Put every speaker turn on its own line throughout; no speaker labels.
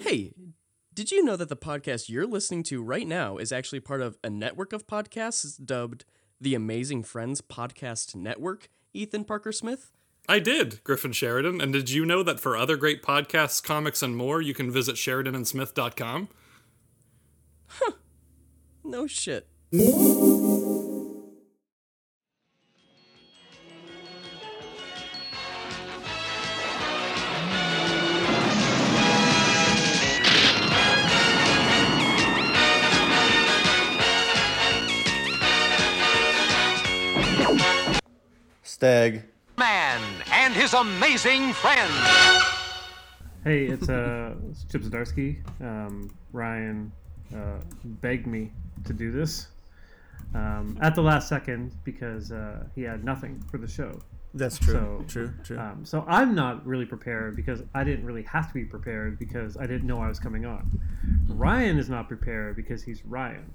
Hey, did you know that the podcast you're listening to right now is actually part of a network of podcasts dubbed the Amazing Friends Podcast Network, Ethan Parker Smith?
I did, Griffin Sheridan. And did you know that for other great podcasts, comics, and more, you can visit SheridanandSmith.com?
No shit.
Stag.
Man and his amazing friends.
Hey, it's uh, it's Chip Zdarsky. Um, Ryan uh, begged me to do this um, at the last second because uh, he had nothing for the show.
That's true.
So,
true. True.
Um, so I'm not really prepared because I didn't really have to be prepared because I didn't know I was coming on. Ryan is not prepared because he's Ryan.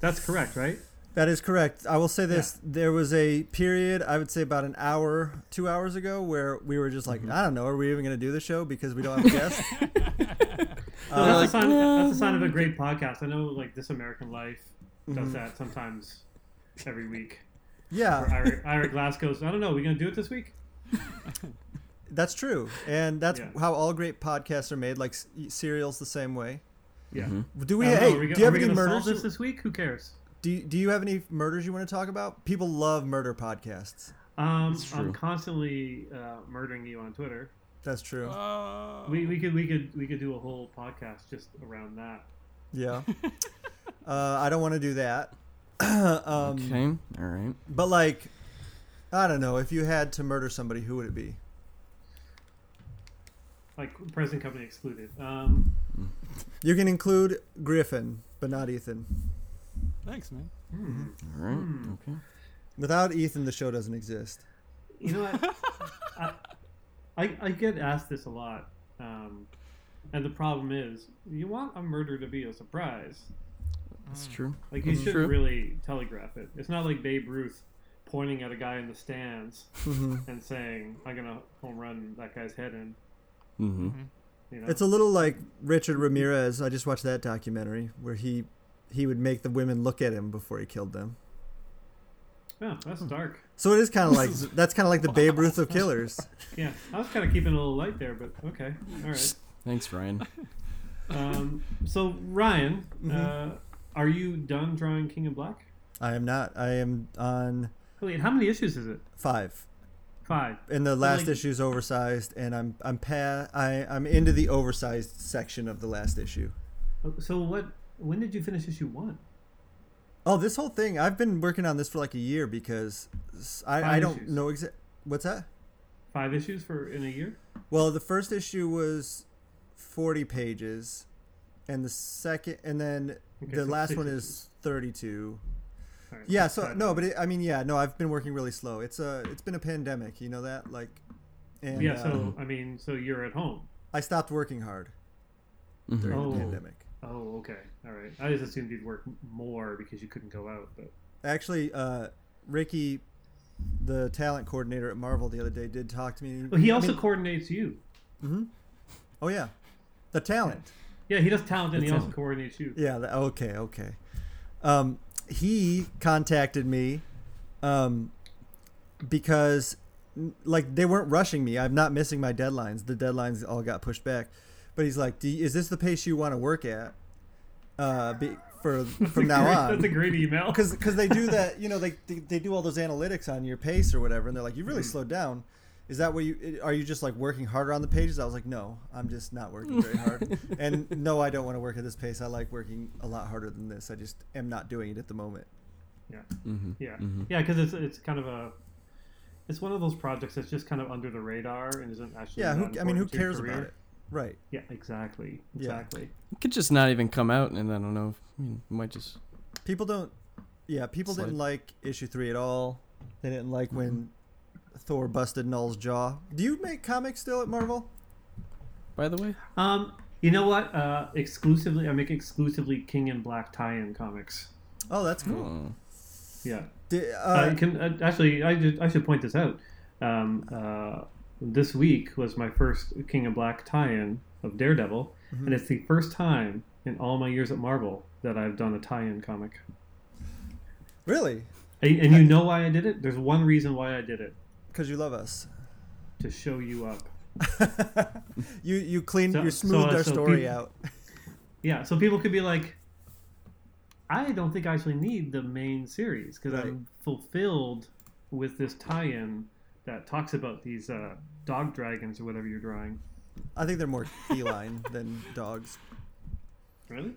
That's correct, right?
that is correct. I will say this: there was a period, I would say about an hour, two hours ago, where we were just
Mm-hmm.
like, I don't know, are we even going to do the show because we don't have a guest?
that's, a sign, that's a sign of a great podcast. I know, like This American Life does that sometimes every week.
yeah,
Ira, Ira Glass goes, I don't know, are we going to do it this week?
that's true, and that's
Yeah.
how all great podcasts are made. Like s- serials, the same way.
Yeah.
Do we?
I don't
Hey,
know, Um, are we,
do
go-
you have
are we
any
gonna solve this
murders?
this week? Who cares?
Do you, Do you have any murders you want to talk about? People love murder podcasts.
Um, I'm constantly uh, murdering you on Twitter.
That's true.
Uh. We, we could we could we could do a whole podcast just around that.
yeah. uh, I don't want to do that. um,
Okay, all right.
But like, I don't know. If you had to murder somebody, who would it be?
Like present company excluded. Um,
You can include Griffin, but not Ethan.
Thanks, man.
Mm-hmm. All right. Okay.
Without Ethan, the show doesn't exist.
you know what? I, I I get asked this a lot, um, and the problem is you want a murder to be a surprise.
That's true.
Mm-hmm.
Like you should
True.
really telegraph it. It's not like Babe Ruth pointing at a guy in the stands
Mm-hmm.
and saying, "I'm gonna home run that guy's head in."
Mm-hmm.
You know,
Oh.
It's a little like Richard Ramirez. I just watched that documentary where he he would make the women look at him before he killed them.
yeah,
Mm-hmm.
that's dark.
So it is kind of like that's kind of like the Babe Ruth of killers.
Yeah, I was kind of keeping a little light there, but okay, all right.
Thanks, Ryan.
Um, so Ryan,
Mm-hmm.
uh, are you done drawing King of Black?
I am not. I am on
Wait, how many issues is it?
five,
Five.
and the last
like-
issue is oversized, and I'm I'm pa- I I'm into the oversized section of the last issue.
So what? When did you finish issue one?
Oh, this whole thing. I've been working on this for like a year because s- I, I
Five
don't
issues.
know exact. What's that?
Five issues for in a year?
Well, the first issue was forty pages, and the second, and then
Okay,
the
so
last
six
one
issues.
is thirty-two.
All right,
Yeah. So
five.
no, but it, I mean, yeah, no. I've been working really slow. It's a, it's been a pandemic. You know that, like, and
yeah.
uh,
So I mean, so you're at home.
I stopped working hard during
Oh.
the pandemic.
Oh, okay. All right. I just assumed you'd work m- more because you couldn't go out, but
Actually, uh, Ricky, the talent coordinator at Marvel, the other day did talk to me.
well, he
I
also
mean-
coordinates you.
oh yeah, the talent.
Yeah, he does talent and he also coordinates you.
Yeah. That, okay. Okay. Um, he contacted me, um, because n- like they weren't rushing me. I'm not missing my deadlines. The deadlines all got pushed back. But he's like, Do you, "Is this the pace you want to work at?" Uh, be, for from now
Great-
on,
That's a great email.
because because they do that you know they, they they do all those analytics on your pace or whatever and they're like you really
Mm-hmm.
slowed down is that what you are you just like working harder on the pages i was like no i'm just not working very hard and no i don't want to work at this pace i like working a lot harder than this i just am not doing it at the moment
Yeah, yeah, yeah. Because it's it's kind of a it's one of those projects that's just kind of under the radar and isn't actually.
yeah
that
who, i mean who
important to your
cares about
career.
it right
Yeah, exactly,
Yeah.
exactly.
It could just not even come out, and I don't know. If, I mean, it might just.
people don't yeah people
Slide.
didn't like issue three at all they didn't like when
Mm-hmm.
thor busted null's jaw do you make comics still at marvel
By the way,
Um, you know what? Uh, exclusively, I make exclusively King and Black tie-in comics.
oh that's cool
oh,
Yeah,
Di- uh,
I can uh, actually. I should I should point this out. Um, uh, this week was my first King of Black tie-in of Daredevil,
Mm-hmm.
and it's the first time in all my years at Marvel that I've done a tie-in comic.
Really?
And, and you know why I did it? There's one reason why I did it
Because you love us.
to show you up.
you you cleaned
So-
you smoothed
so-
our
so
story
people-
out.
Yeah, so people could be like, I don't think I actually need the main series because
Right.
I'm fulfilled with this tie-in that talks about these uh, dog dragons or whatever you're drawing.
I think they're more feline than dogs,
Really?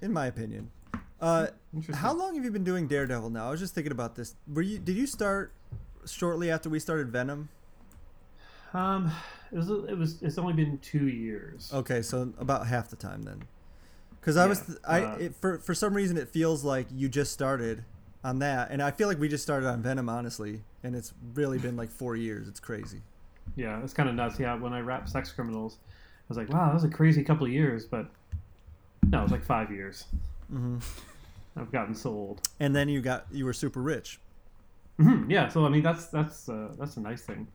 in my opinion. Uh,
Interesting.
how long have you been doing Daredevil now? I was just thinking about this. Were you did you start shortly after we started Venom?
Um, it was, it was. It's only been two years.
Okay, so about half the time then. Because I was,
Yeah,
I
uh,
it, for for some reason it feels like you just started on that, and I feel like we just started on Venom, honestly, and it's really been like four years. It's crazy.
Yeah, it's kind of nuts. Yeah, when I wrapped Sex Criminals, I was like, wow, that was a crazy couple of years, but no, it was like five years. Mm-hmm. I've gotten so old.
And then you got you were super rich.
Mhm, yeah, so I mean that's that's uh, that's a nice thing.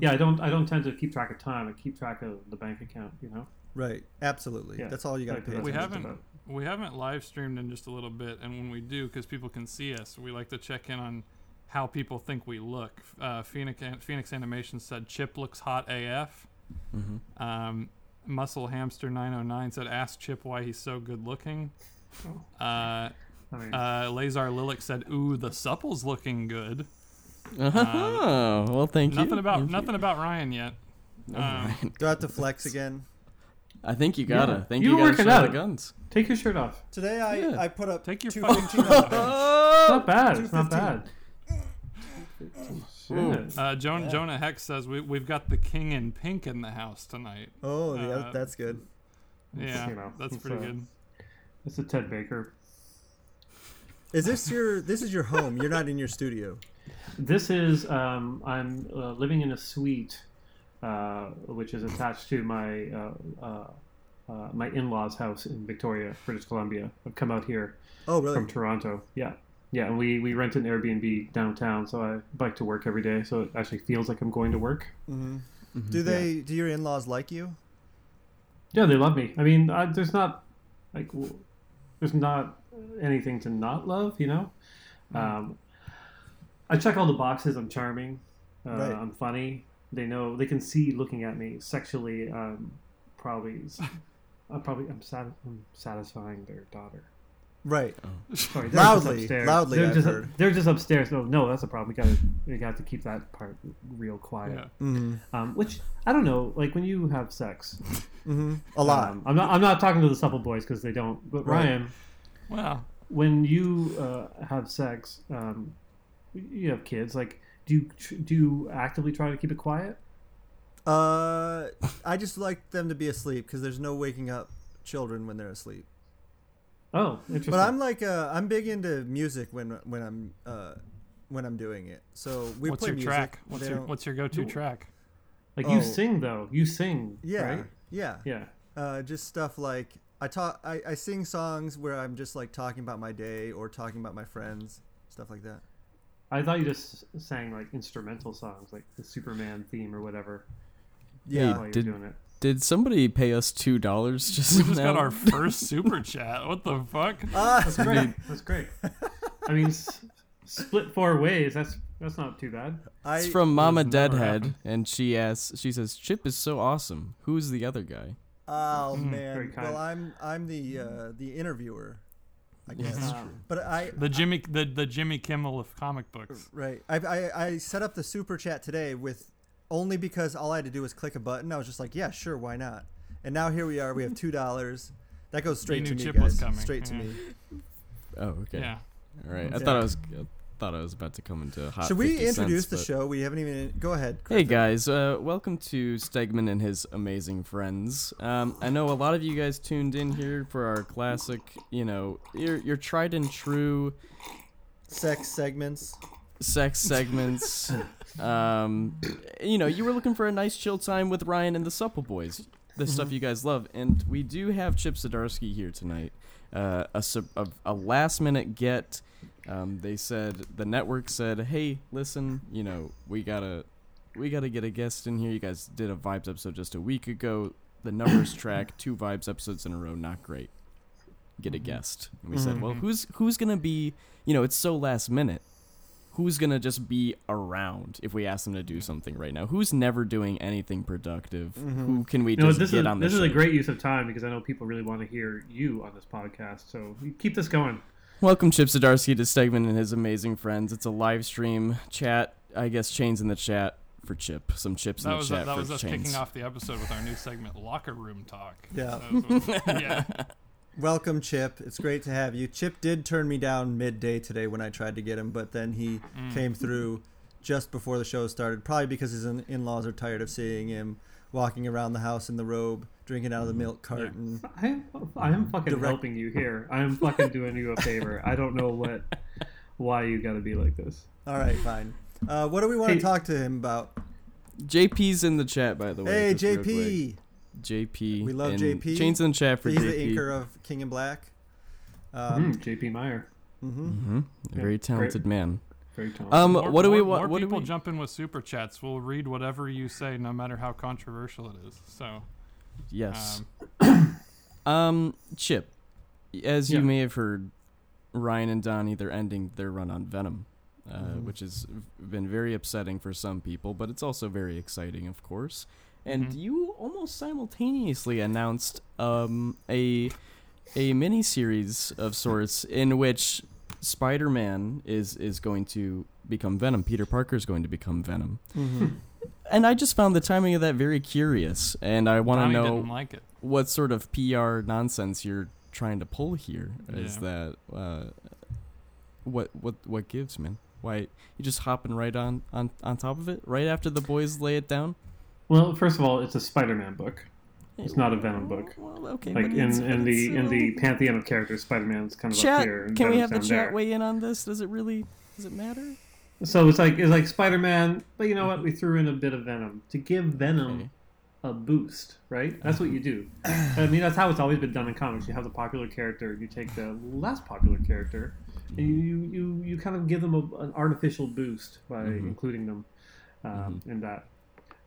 Yeah, I don't I don't tend to keep track of time. I keep track of the bank account. You know.
Right. Absolutely.
Yeah.
That's all you got to
Yeah,
pay.
'cause
We
That's
attention
what it's
haven't we haven't live streamed in just a little bit, and when we do, because people can see us, we like to check in on how people think we look. Uh, Phoenix Phoenix Animation said Chip looks hot AF. Um, Muscle Hamster 909 said ask Chip why he's so good looking. Uh,
I mean,
uh, Lazar Lilic said ooh the supple's looking good.
Oh, well, thank you.
Nothing about nothing about Ryan yet. Um,
about. Do I have to flex again?
I think you gotta.
Yeah.
Think
You
you, gotta
were working
show the
out.
guns.
take your shirt off.
Today I,
Yeah.
I put up
Take your
two
fucking-
15 on the-
It's not bad. It's not bad. Shit.
Uh, Jonah, Jonah Hex says we, we've got the king in pink in the house tonight.
Oh, yeah,
Uh,
that's good.
Yeah,
you know,
that's
it's,
pretty
uh,
good.
It's a Ted Baker.
Is this your this is your home? You're not in your studio.
This is um, I'm uh, living in a suite, uh, which is attached to my uh, uh, uh, my in-laws' house in Victoria, British Columbia. I've come out here
Oh,
from
really?
Toronto. Yeah, yeah. And we we rent an Airbnb downtown, so I bike to work every day. So it actually feels like I'm going to work.
Do they do your in-laws like you?
Yeah, they love me. I mean, I, there's not like w- there's not anything to not love, you know.
Mm-hmm.
Um, I check all the boxes. I'm charming. Uh,
Right.
I'm funny. They know. They can see looking at me sexually. Um, probably. s- I'm probably. I'm, sat, I'm satisfying their daughter.
Right.
Sorry, they're just
Loudly,
upstairs.
loudly,
They're
I've
just,
heard.
they're just upstairs. No, no, that's a problem. We gotta, we got to keep that part real quiet.
Yeah.
Mm-hmm.
Um, which I don't know. Like when you have sex,
A lot.
um, I'm not. I'm not talking to the supple boys because they don't. But
Right.
Ryan,
Well,
when you uh, have sex, um, you have kids. Like, do you tr- do you actively try to keep it quiet?
Uh, I just like them to be asleep because there's no waking up children when they're asleep.
Oh, interesting.
But I'm like, uh, I'm big into music when when I'm uh, when I'm doing it. So we
what's
play
your
music.
track? What's
They
your
don't-
what's your go-to track?
like
oh.
you sing though. You sing.
yeah,
Right?
yeah,
Yeah.
Uh, just stuff like I talk, I, I sing songs where I'm just like talking about my day or talking about my friends, stuff like that.
I thought you just sang like instrumental songs, like the Superman theme or whatever.
Yeah,
While you're
did-
doing it.
Did somebody pay us two dollars just
We just
now?
got our first super chat. What the fuck?
Uh,
That's great. That's great. I mean, s- split four ways. That's that's not too bad.
I
It's from Mama
never
Deadhead,
happened.
and she asks, she says, "Chip is so awesome. Who's the other guy?"
oh
mm-hmm,
very
man,
kind.
well I'm I'm the uh, the interviewer, I guess.
Um,
But I
The Jimmy the, the Jimmy Kimmel of comic books.
Right. I, I I set up the super chat today with only because all I had to do was click a button. I was just like, yeah, sure, why not? And now here we are. We have two dollars. That goes straight
knew
to me,
Chip
guys.
was coming, Mm-hmm.
Straight to
yeah.
me.
Oh, okay.
Yeah.
All right. I thought I was I thought I was about to come into hot.
Should we
50 cents,
introduce the
but-
show? We haven't even. Go ahead.
Hey guys, uh, welcome to Stegman and his amazing friends. Um, I know a lot of you guys tuned in here for our classic, you know, your your tried and true
Sex segments.
sex segments. um, you know, you were looking for a nice chill time with Ryan and the Supple Boys, the stuff you guys love, and we do have Chip Zdarsky here tonight. Uh, a, sup- a, a last minute get. Um, they said the network said, "Hey, listen, you know, we gotta we got to get a guest in here. You guys did a vibes episode just a week ago. The numbers track two vibes episodes in a row, not great. Get a
Mm-hmm.
guest, and we said, well, who's who's gonna be? You know, it's so last minute. Who's gonna just be around if we ask them to
Mm-hmm.
do something right now? Who's never doing anything productive? Who can we
Mm-hmm. You know,
just
this
get
is
on the
this is a
show?
great use of time because I know people really want to hear you on this podcast. So you keep this going.
Welcome, Chip Zdarsky, to Stegman and his amazing friends. It's a live stream chat. I guess chains in the chat for Chip. Some chips in
That
the
was,
chat
that
for
was us
chains.
kicking off the episode with our new segment, Locker Room Talk.
Yeah.
That was what- yeah.
Welcome, Chip. It's great to have you. Chip did turn me down midday today when I tried to get him, but then he
Mm.
came through just before the show started, probably because his in- in-laws are tired of seeing him walking around the house in the robe, drinking out of
Mm-hmm.
the milk carton.
I am I am fucking
Direct-
helping you here. I am fucking doing you a favor. I don't know what why you got to be like this.
All right, fine. Uh, what do we want
Hey.
to talk to him about?
JP's in the chat, by the way.
Hey,
just real quick.
JP.
JP.
We love
in-
JP.
Chains in the chat for
He's the
JP.
inker of King and Black. Um,
Hmm,
Mm.
JP Meyer,
A very talented
great.
man.
very talented.
Um,
More-
what do we
more-
want?
More
What do
people
we?
jump in with super chats. We'll read whatever you say, no matter how controversial it is. So,
yes.
um,
Um, Chip, as
Yeah.
you may have heard, Ryan and Donnie they're ending their run on Venom, uh,
Mm-hmm.
which has been very upsetting for some people, but it's also very exciting, of course. And
Mm-hmm.
you almost simultaneously announced um, a a mini series of sorts in which Spider-Man is is going to become Venom. Peter Parker is going to become Venom.
Mm-hmm.
And I just found the timing of that very curious, and I want to
Donnie
know Oh.
didn't like it.
what sort of PR nonsense you're trying to pull here is that uh, what what what gives man why you just hopping right on on on top of it right after the boys lay it down
well, first of all, it's a Spider-Man book. It's not a Venom book.
well okay
Like
but
in,
it's-
in
but
the
it's,
in
uh,
the pantheon of characters, Spider-Man's kind of up
chat
here. and
can we
Venom's
have the
down
chat
there.
weigh in on this does it really does it matter
So it's like it's like Spider-Man, but you know what? We threw in a bit of Venom to give Venom
Okay.
a boost, right? That's what you do. I mean, that's how it's always been done in comics. You have the popular character, you take the less popular character, and you you, you, you kind of give them a, an artificial boost by including them um, in that.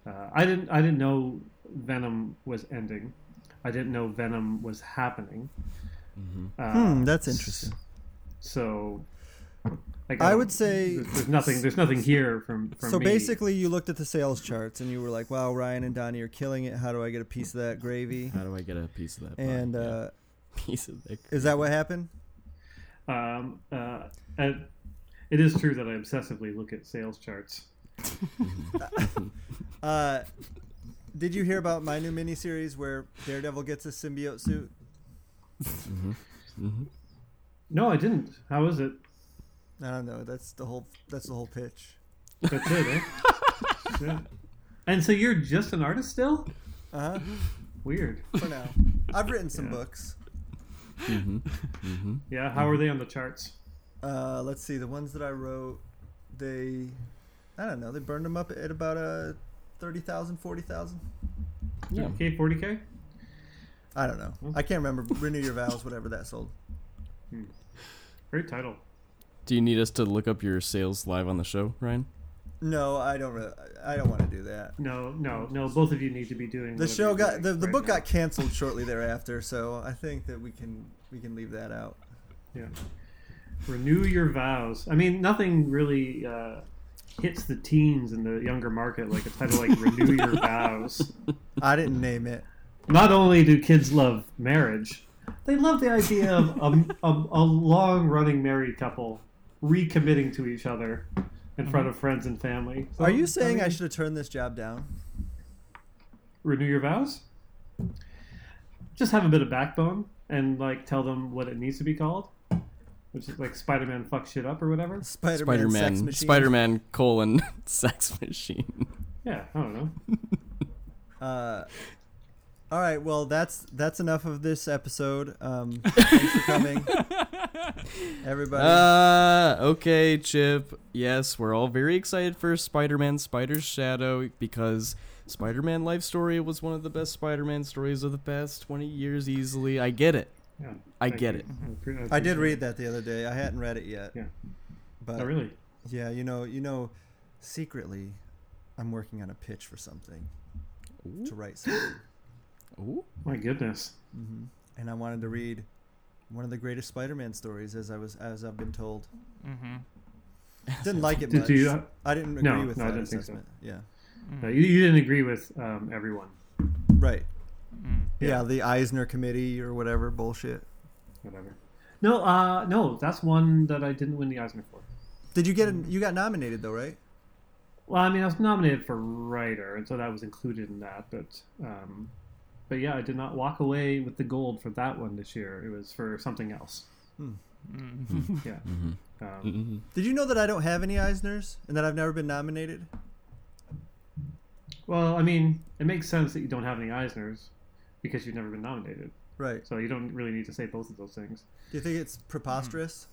Uh, I didn't I didn't know Venom was ending. I didn't know Venom was happening. Uh,
Mm.
Hmm, that's interesting.
so, like,
I
don't-
would say-
there's, there's nothing. There's nothing here from. from
So
me.
basically, you looked at the sales charts and you were like, "Wow, Ryan and Donnie are killing it. How do I get a piece of that gravy?"
how do i get a piece of that pie?
And
Yeah,
uh,
piece of that
is that what happened?
um, uh, and it is true that I obsessively look at sales charts.
Uh, did you hear about my new miniseries where Daredevil gets a symbiote suit?
No, I didn't. How is it?
I don't know. That's the whole. That's the whole pitch.
That's it. Eh? Yeah. And so you're just an artist still?
Uh huh.
Weird.
For now, I've written some books.
Yeah. How are they on the charts?
Uh, let's see. The ones that I wrote, they, I don't know. They burned them up at about uh, 30,000, 40,000.
yeah
K, forty k.
I don't know. I can't remember. Renew your vows. Whatever that sold.
Great title.
do you need us to look up your sales live on the show ryan
No, I don't. Really, I don't want to do that.
No, no, no. Both of you need to be doing
The
whatever
show
you're
got
doing
the, the
right
book
now.
got canceled shortly thereafter, so I think that we can we can leave that out.
Yeah. Renew your vows. I mean, nothing really uh, hits the teens in the younger market like a title like Renew Your Vows.
I didn't name it.
Not only do kids love marriage, they love the idea of a, a, a long running married couple recommitting to each other in front of friends and family. So,
Mm-hmm. Are you saying I,
mean,
should have turned this job down?
renew your vows? Just have a bit of backbone and like tell them what it needs to be called, which is like Spider Man fuck shit up or whatever.
Spider Sex
spider-man
Machine.
spider-man colon sex machine
Yeah, I don't know.
Uh, all right. Well, that's that's enough of this episode. Um, thanks for coming, everybody.
Uh, okay, Chip. Yes, we're all very excited for Spider-Man Spider's Shadow because Spider-Man Life Story was one of the best Spider-Man stories of the past 20 years easily. I get it.
Yeah,
I
thank
get
you.
it.
appre-
I did
appreciate
read that the other day. I hadn't read it yet.
Yeah.
But
it. Oh, really?
yeah, you know, you know, secretly, I'm working on a pitch for something to write something,
Ooh.
My goodness.
and I wanted to read one of the greatest Spider-Man stories, as I was as I've been told.
Mm-hmm.
Didn't like it
Did
much.
you-
I didn't agree
No,
with
no, I
that
didn't think so.
assessment. Yeah,
No, you, you didn't agree with um, everyone.
right.
Mm.
Yeah. the Eisner Committee or whatever bullshit.
Whatever. No, uh, no, that's one that I didn't win the Eisner for.
Did you get? An, you got nominated though, right?
Well, I mean, I was nominated for writer, and so that was included in that. But, um, but yeah, I did not walk away with the gold for that one this year. It was for something else.
Hmm.
Yeah.
Mm-hmm.
Um,
Did you know that I don't have any Eisners and that I've never been nominated?
well, I mean, it makes sense that you don't have any Eisners because you've never been nominated,
Right.
so you don't really need to say both of those things.
Do you think it's
Mm.
preposterous?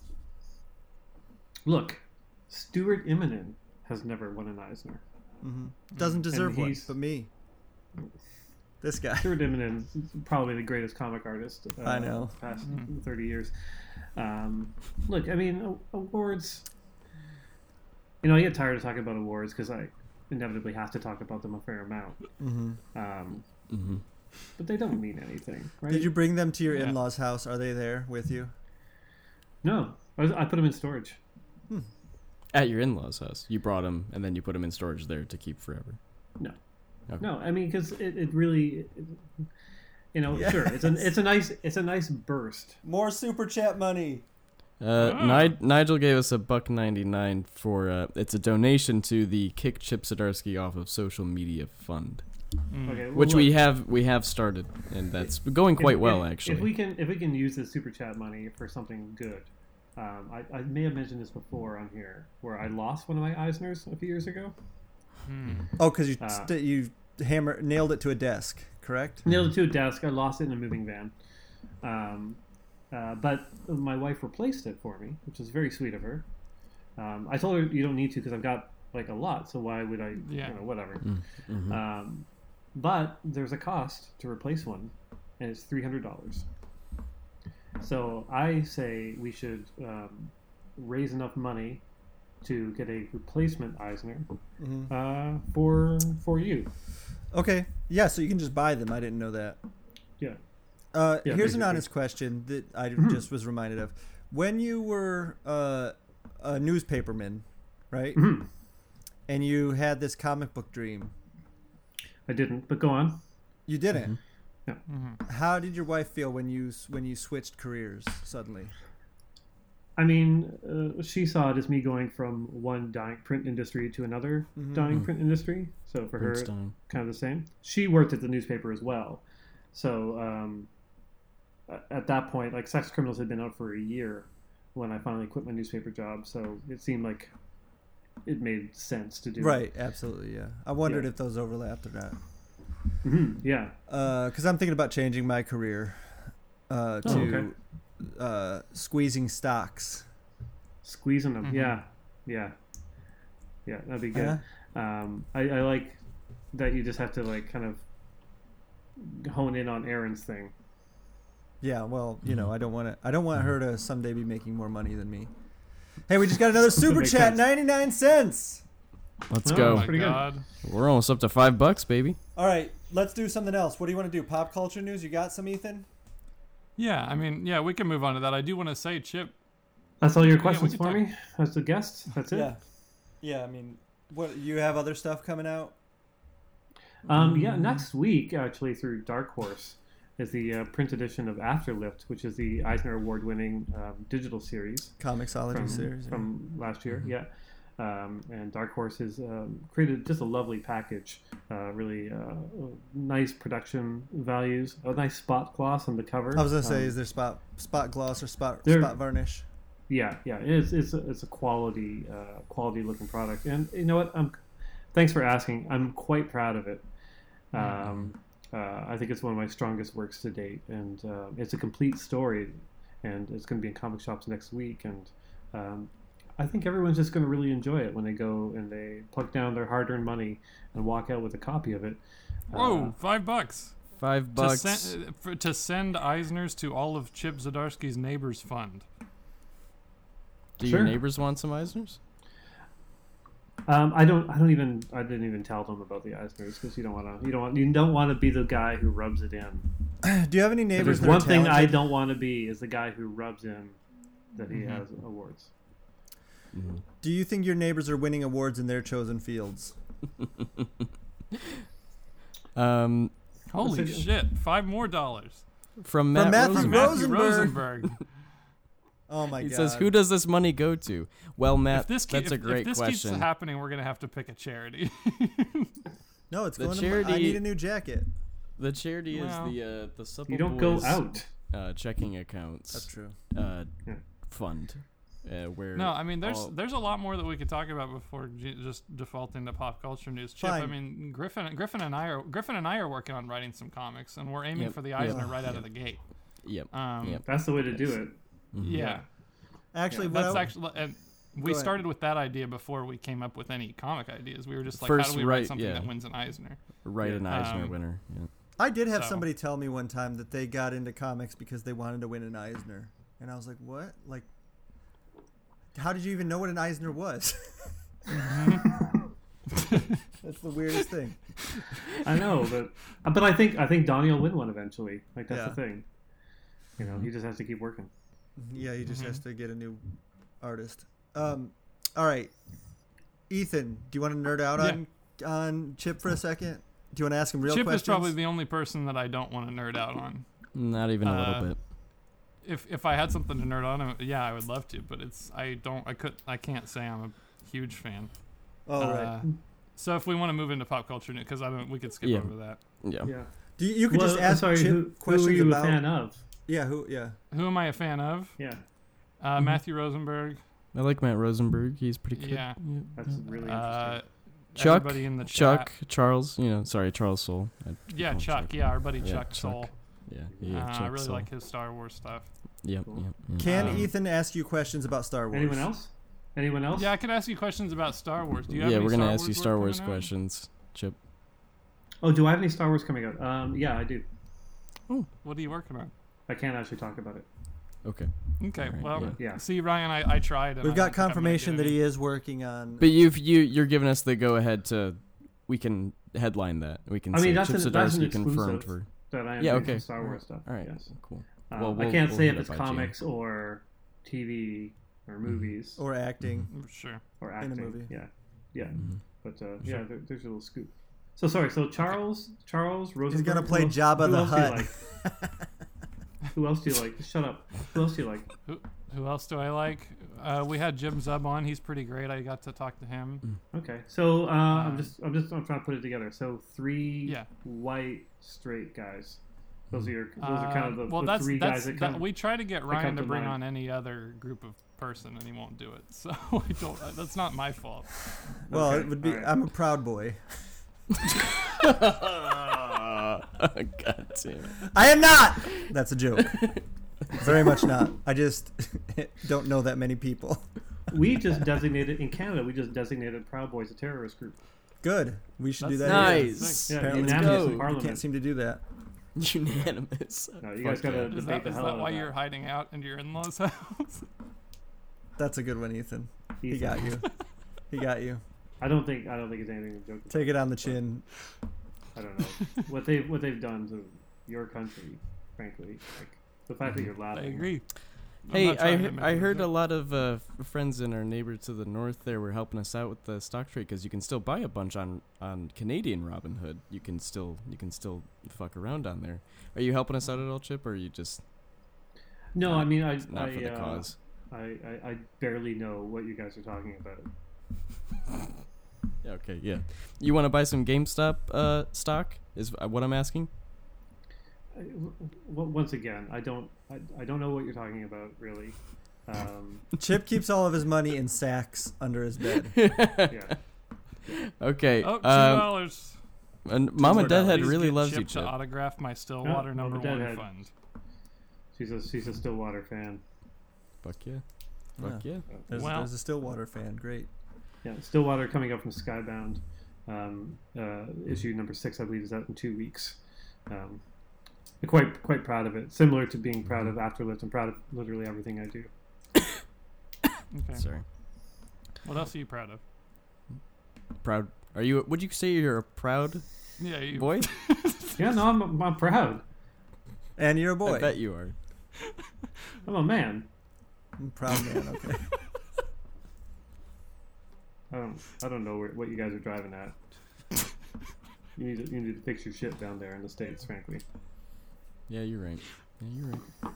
Look, Stuart Immonen has never won an Eisner.
Doesn't deserve one,
Mm. he's-
but me. This guy.
Stuart Immonen is probably the greatest comic artist. Uh,
I know.
the Past thirty years. Um, look, I mean, a- awards. You know, I get tired of talking about awards because I inevitably have to talk about them a fair amount.
Mm-hmm.
Um, But they don't mean anything, right?
Did you bring them to your in-laws' house? Are they there with you?
No, I, was- I put them in storage.
At your in-laws' house, you brought them, and then you put them in storage there to keep forever.
No.
Okay.
No, I mean because it, it really, it- you know, sure it's an it's a nice it's a nice burst.
More super chat money.
Uh,
Ah.
Ni- Nigel gave us a buck ninety nine for uh, it's a donation to the Kick Chip Zdarsky off of social media fund,
Okay, well,
which we
look,
have we have started, and that's going quite
if-
well
if-
actually.
If we can if we can use this super chat money for something good, um, I, I may have mentioned this before on here where I lost one of my Eisners a few years ago.
Oh, because you
Ah.
st- you hammer nailed it to a desk, correct?
Nailed it to a desk. I lost it in a moving van, um, uh, but my wife replaced it for me, which was very sweet of her. Um, I told her you don't need to because I've got like a lot, so why would I?
Yeah.
You know, whatever. Um, but there's a cost to replace one, and it's three hundred dollars. So I say we should um, raise enough money to get a replacement Eisner uh, for for you.
Okay. Yeah, so you can just buy them. I didn't know that.
Yeah.
Uh,
Yeah,
here's an
basically. Mm-hmm.
honest question that I just was reminded of. When you were uh, a newspaperman, right?
Mm-hmm.
And you had this comic book dream.
I didn't, but go on.
You
Mm-hmm.
didn't.
No.
How did your wife feel when you s- when you switched careers suddenly?
I mean, uh, she saw it as me going from one dying print industry to another dying print industry. So for her,
Print's dying.
kind of the same. She worked at the newspaper as well. So um, a- at that point, like Sex Criminals had been out for a year when I finally quit my newspaper job. So it seemed like it made sense to do it.
Right, absolutely, yeah. I wondered
Yeah.
if those overlapped or not.
Yeah.
because I'm thinking about changing my career uh, to
Oh, okay.
uh, squeezing stocks.
Squeezing them. Yeah. Yeah. Yeah. That'd be good. Um, I, I like that you just have to like kind of hone in on Aaron's thing.
Yeah, well, you know, I don't want to. I don't want her to someday be making more money than me. Hey, we just got another super
Makes
chat,
sense.
ninety nine cents.
Let's
Oh,
go.
my Pretty good.
God.
We're almost up to five bucks, baby.
All right, let's do something else. What do you want to do? Pop culture news? You got some, Ethan?
Yeah, I mean, yeah, we can move on to that. I do want to say, Chip,
That's all your
we
questions
could
for
talk-
me as the guest. That's it.
Yeah, yeah. I mean, what you have other stuff coming out?
Um, yeah, next week, actually, through Dark Horse, is the uh, print edition of Afterlift, which is the Eisner Award winning um, digital series
Comicsology
from,
series. Mm-hmm.
from last year. Yeah. Um, and Dark Horse has um, created just a lovely package, uh, really uh, nice production values, a nice spot gloss on the cover.
I was gonna say,
Um,
is there spot spot gloss or spot
There-
spot varnish?
yeah yeah it's it's a, it's a quality uh, quality looking product and you know what i'm thanks for asking i'm quite proud of it um, uh, i think it's one of my strongest works to date and uh, it's a complete story and it's going to be in comic shops next week and um, i think everyone's just going to really enjoy it when they go and they pluck down their hard-earned money and walk out with a copy of it
whoa, five bucks.
Five
To
bucks.
send, uh, for, to send Eisners to all of Chip Zdarsky's neighbors' fund.
Do
Sure.
your neighbors want some Eisners?
Um, I don't. I don't even. I didn't even tell them about the Eisners because you don't want to. You don't want. You don't want to be the guy who rubs it in.
Do you have any
If
neighbors?
there's
that are
one thing I
talented?
don't want to be is the guy who rubs in that he has awards.
Do you think your neighbors are winning awards in their chosen fields?
Um,
Holy
Listen.
shit! Five more dollars.
from Matt,
Matthew
From
Rosenberg.
Matthew
Rosenberg.
Rosenberg.
Oh my
He
god!
says, "Who does this money go to?" Well, Matt,
if this, ke-
that's
if,
a great
if this
question.
keeps happening, we're gonna have to pick a charity.
no, it's
the
going. to, I
charity-
need a new jacket.
the charity
Wow.
is the uh, the Supple
You don't
Boys,
go out.
uh, checking accounts
That's true.
Uh,
Yeah.
fund. Uh, where
no, I mean there's
all-
there's a lot more that we could talk about before j- just defaulting to pop culture news. Chip, I
Fine.
mean Griffin Griffin and I are Griffin and I are working on writing some comics, and we're aiming
Yep.
for the
Yeah.
Eisner right out of the gate.
yep.
Um,
Yep.
That's the way to do it.
Yeah,
Actually, what
that's
I-
actually and we
ahead.
started with that idea before we came up with any comic ideas. We were just like, how
First
do we write
right-
something
yeah.
that wins an Eisner?
Right, an Eisner
Um,
winner. Yeah.
I did have
So-
somebody tell me one time that they got into comics because they wanted to win an Eisner, and I was like, "What? Like, how did you even know what an Eisner was?" That's the weirdest thing.
I know, but but I think I think Donnie will win one eventually. Like that's the
Yeah.
thing. You know, he just has to keep working.
Yeah, he just
Mm-hmm.
has to get a new artist. Um, all right, Ethan, do you want to nerd out
Yeah.
on on Chip for a second? Do you want to ask him real
Chip
questions?
is probably the only person that I don't want to nerd out on.
Not even a
Uh,
little bit.
If if I had something to nerd on, I- yeah, I would love to, but it's I don't I could I can't say I'm a huge fan.
oh,
Uh,
right.
so if we want to move into pop culture, because I don't, we could skip
Yeah.
over that.
Yeah.
Yeah.
Do you, you could
well,
just
I'm
ask
sorry,
Chip
who,
questions
who are you
about
a fan of?
yeah, who yeah.
Who am I a fan of?
Yeah,
Uh,
Mm-hmm.
Matthew Rosenberg.
I like Matt Rosenberg. He's pretty good.
Yeah.
that's
Mm-hmm.
really interesting.
Uh,
Chuck,
everybody in the
Chuck,
chat.
Charles. You know, sorry, Charles Soule. I-
Yeah,
Oh,
Chuck.
Chuck.
Yeah, our buddy
Yeah,
Chuck
Chuck.
Soul.
yeah, yeah.
uh,
Chuck
I really
Soule.
like his Star Wars stuff.
Yep,
Cool.
yep, yep.
Can E
Um,
Ethan ask you questions about Star Wars?
Anyone else? Anyone else?
Yeah, I could ask you questions about Star Wars. Do you have
yeah,
any
we're gonna
Star
ask
Wars
you Star
work
Wars
coming out?
questions, Chip.
Oh, do I have any Star Wars coming out? Um, yeah, I do.
What are you working on?
I can't actually talk about it.
Okay,
Okay,
Alright,
well,
yeah.
Yeah.
see, Ryan, I, I tried. And
We've
I
got
don't think I'm gonna
confirmation
get
that
any.
he is working on.
but you've you you're giving us the go ahead to we can headline that we can.
I mean,
say
that's
Chip
an- that's an
Zdarsky confirmed
exclusive.
for.
That I am
Yeah,
doing some
okay.
Star Wars stuff.
All right,
Yes.
cool.
Um,
Well,
I
we'll-
can't
we'll
say
hear
if it's
about you.
comics or TV
Mm-hmm.
or movies
or acting.
Sure.
or
in a
acting.
movie.
Yeah, yeah.
Mm-hmm.
But uh, yeah, there, there's a little scoop. So sorry. So Charles, Charles Rosenberg.
He's gonna
who
play
else-
Jabba
who
the
else do you
Hutt.
like? who else do you like? Shut up. Who else do you like?
Who, who else do I like? Uh, we had Jim Zub on. He's pretty great. I got to talk to
Mm.
him.
Okay, so uh, I'm just I'm just I'm trying to put it together. So three
Yeah. Mm-hmm.
white straight guys. Those are your those are kind of the,
Uh, well,
the
that's,
three
that's,
guys that
that-
come.
we try to get Ryan
come
to
to
bring on
mind.
any other group of person, and he won't do it. So I don't. That's not my fault.
Well,
Okay,
it would be.
all right.
I'm a proud boy.
God damn it.
I am not. That's a joke. Very much not. I just don't know that many people.
we just designated in Canada. We just designated Proud Boys a terrorist group.
Good. We should do that.
That's
here.
nice.
Nice.
Yeah,
Apparently,
Let's go.
unanimous in
We can't
Parliament.
seem to do that.
Unanimous.
No, you
Fuck
guys gotta
yeah.
Is
debate
that,
the
is
hell
that
out
why
of
you're hiding out into your in-laws' house?
That's a good one, Ethan.
that.
He got you. He got you.
I don't think I don't think it's anything to joke about.
Take it on the chin.
I don't know what they what they've done to your country. Frankly, like the fact that
Mm-hmm.
you're
I
laughing.
agree. I'm
Hey,
not trying to
I,
make
I
it a
heard a
joke.
lot of uh, f- friends and our neighbor to the north there were helping us out with the stock trade because you can still buy a bunch on, on Canadian Robinhood. You can still you can still fuck around on there. Are you helping us out at all, Chip, or are you just
No, I mean I
not
I,
for the
uh,
cause?
I, I I barely know what you guys are talking about.
Yeah, Okay, yeah. You want to buy some GameStop uh, stock? Is uh, what I'm asking.
I- w- w- once again, I don't, I, I don't know what you're talking about, really. Um,
Chip keeps all of his money in sacks under his bed.
yeah,
Okay.
Oh, two
um,
dollars.
and Mom and Dad
$2.
had
Please
really
get
loves
Chip
you,
to
Chip.
autograph my
Yeah,
Stillwater
I'm
Number
a
One
deadhead.
fund.
she's a she's a Stillwater fan.
Fuck yeah. Fuck yeah.
There's,
Wow.
there's a Stillwater fan. Great.
Yeah, Stillwater coming up from Skybound, um, uh, issue number six, I believe, is out in two weeks. Um, I'm quite quite proud of it. Similar to being proud of
Mm-hmm.
Afterlift, I'm proud of literally everything I do.
Okay.
Sorry.
What else are you proud of?
proud. Are you? Would you say you're a proud
Yeah, you,
boy?
Yeah, no, I'm, I'm proud.
And you're a boy.
I bet you are.
I'm a man.
I'm a proud man. Okay.
I don't, I don't know where, what you guys are driving at. You need, to, you need to fix your shit down there in the states, frankly.
Yeah, you're right. Yeah, you're right.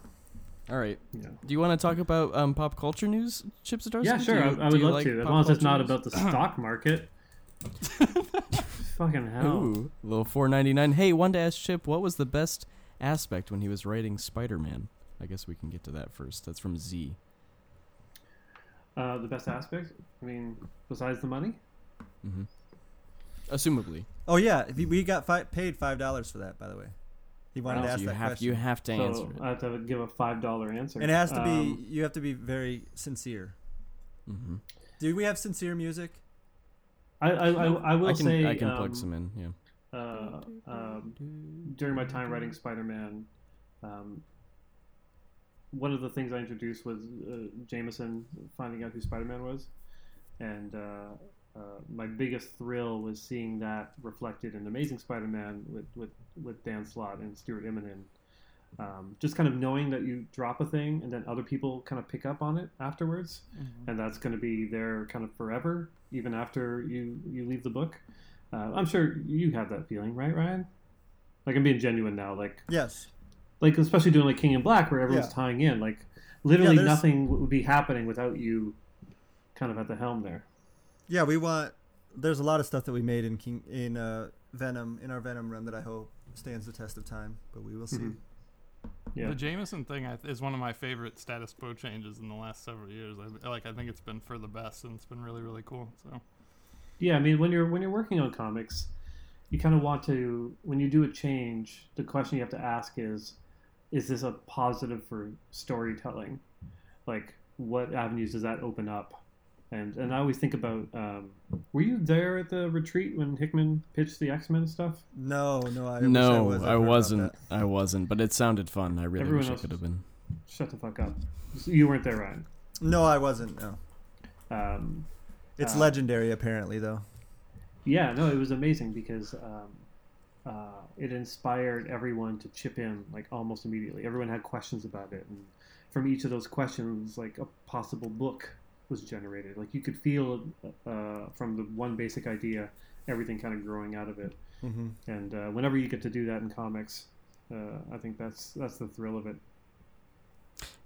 All right.
Yeah,
Do you want to talk about um, pop culture news, Chip Zdarsky?
yeah
Do
sure.
you-
I, I
do
would
you
love
like
to, as
pop
long as it's
culture
not
news?
about the stock market. Fucking hell.
Ooh, Oh, little four ninety nine. Hey, one to ask Chip, what was the best aspect when he was writing Spider Man? I guess we can get to that first. That's from Z.
Uh, the best aspect? I mean, besides the money?
Assumably,
Oh yeah, we- we got fi- paid five dollars for that. By the way, he wanted to
So
ask
you
that
have
question.
you have to answer
So uh,
it.
I have to give a five dollar answer.
And it has to be.
Um,
you have to be very sincere. Mm-hmm. Do we have sincere music?
I, I, I, I will
I can
say
I can
um,
plug some in. Yeah.
uh, um, during my time writing Spider-Man, um, one of the things I introduced was uh, Jameson finding out who Spider-Man was, and uh, uh, my biggest thrill was seeing that reflected in Amazing Spider-Man with with, with Dan Slott and Stuart Eminem. Um, just kind of knowing that you drop a thing and then other people kind of pick up on it afterwards, and that's going to be there kind of forever, even after you you leave the book. Uh, I'm sure you have that feeling, right, Ryan? Like I'm being genuine now. Like
Yes.
like especially doing like King and Black where everyone's
Yeah.
tying in. Like literally
there's-
nothing would be happening without you, kind of at the helm there.
Yeah, we want. There's a lot of stuff that we made in King in uh, Venom in our Venom run that I hope stands the test of time, but we will see.
Yeah.
The Jameson thing I, is one of my favorite status quo changes in the last several years. I, like I think it's been for the best, and it's been really really cool. So
Yeah, I mean when you're when you're working on comics, you kind of want to when you do a change, the question you have to ask is, is this a positive for storytelling? Like what avenues does that open up? And and I always think about um, were you there at the retreat when Hickman pitched the X Men stuff?
No, no, I wish I,
no,
was. I've
I,
heard about
wasn't.
that.
I wasn't. But it sounded fun. I really
Everyone
wish I
else
could have
is-
been.
Shut the fuck up. You weren't there, Ryan.
No, I wasn't. No,
Um,
it's
Uh,
legendary apparently though.
yeah, no, it was amazing because um, uh, it inspired everyone to chip in like almost immediately. Everyone had questions about it, and from each of those questions, like a possible book was generated. Like you could feel uh, from the one basic idea, everything kind of growing out of it.
hmm
And uh, whenever you get to do that in comics, uh, I think that's that's the thrill of it.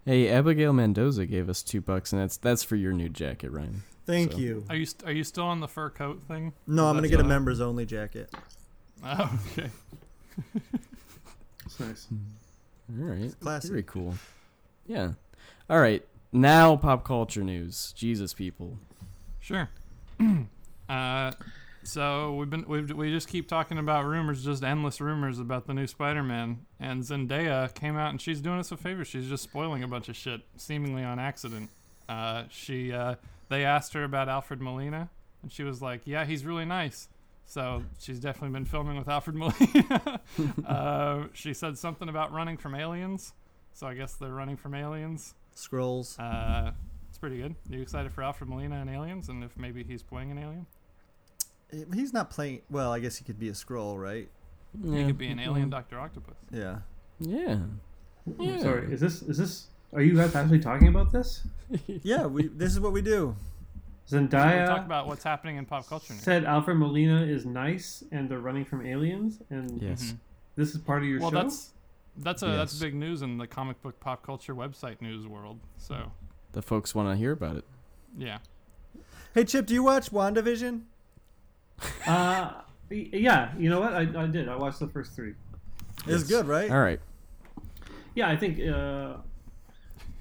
Hey, Abigail Mendoza gave us two bucks, and that's that's for your new jacket, Ryan.
Thank
So-
you.
are you st- are you still on the fur coat thing?
No, I'm gonna
That's
get a
not-
members only jacket.
Oh, okay.
It's nice.
All right,
classic.
very cool. Yeah. All right, now pop culture news. Jesus, people.
Sure. uh, so we've been we've, we just keep talking about rumors, just endless rumors about the new Spider-Man. And Zendaya came out and she's doing us a favor. She's just spoiling a bunch of shit, seemingly on accident. Uh, she uh, they asked her about Alfred Molina, and she was like, "Yeah, he's really nice." So she's definitely been filming with Alfred Molina. uh, she said something about running from aliens. So I guess they're running from aliens.
Scrolls.
Uh, it's pretty good. Are you excited for Alfred Molina and Aliens, and if maybe he's playing an alien?
He's not playing. Well, I guess he could be a scroll, right?
Yeah. Mm-hmm.
He could be an alien Doctor Octopus.
Yeah.
Yeah. Yeah.
Sorry, is this is this? Are you guys actually talking about this?
Yeah. We. This is what we do.
Zendaya
We'll talk about what's happening in pop culture. Now.
said Alfred Molina is nice and they're running from aliens and
Yes.
this is part of your
Well,
show.
that's Mm-hmm. that's a that's
Yes.
big news in the comic book pop culture website news world. So
The folks want to hear about it.
yeah,
Hey, Chip, do you watch WandaVision?
Uh, y- yeah, you know what? I, I did. I watched the first three.
It's good, right?
All right.
Yeah, I think uh,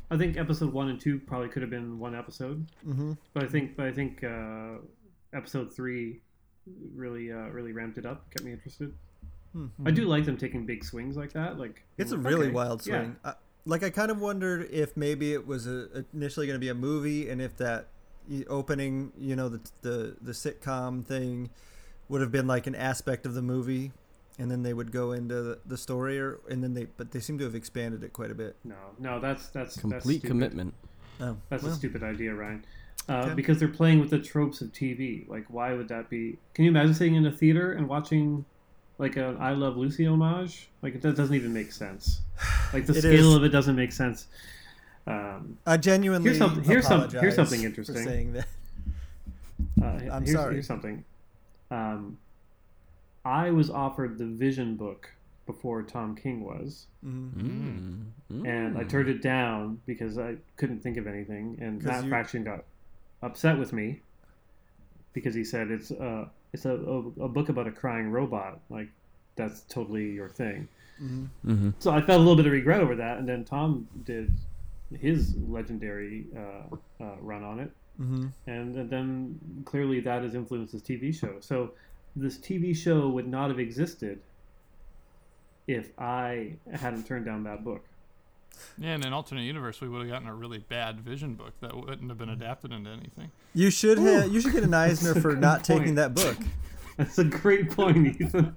I think episode one and two probably could have been one episode,
Mm-hmm.
but I think but I think uh, episode three really uh, really ramped it up, kept me interested. I do like them taking big swings like that. Like
Mm-hmm. It's a
Mm, okay,
really wild
yeah.
swing. I, like I kind of wondered if maybe it was a, initially going to be a movie, and if that y- opening, you know, the the the sitcom thing would have been like an aspect of the movie, and then they would go into the, the story, or and then they but they seem to have expanded it quite a bit.
No, no, that's that's that's
Complete
stupid.
commitment.
Oh,
That's
well,
a stupid idea, Ryan. Uh,
Okay.
Because they're playing with the tropes of TV. Like, why would that be? Can you imagine sitting in a theater and watching like an I Love Lucy homage? Like, it, that doesn't even make sense. Like, the
It
scale
is.
of it doesn't make sense. Um,
I genuinely
Here's some- here's some-
apologize
here's something
for
interesting.
saying that.
uh,
I'm
here's,
sorry.
Here's something. Um, I was offered the Vision book before Tom King was.
Hmm.
Mm.
Mm-hmm.
and I turned it down because I couldn't think of anything. And
'Cause
Matt
you-
Fraction got upset with me because he said it's uh it's a, a, a book about a crying robot. Like that's totally your thing.
Mm-hmm.
Mhm.
So I felt a little bit of regret over that. And then Tom did his legendary uh, uh, run on it,
Mm-hmm.
and, and then clearly that has influenced his TV show. So this TV show would not have existed if I hadn't turned down that book.
Yeah, in an alternate universe, we would have gotten a really bad vision book that wouldn't have been
Mm.
adapted into anything.
You should ha- you should get an Eisner
That's a
for
good
not taking
point.
that book.
That's a great point, Ethan.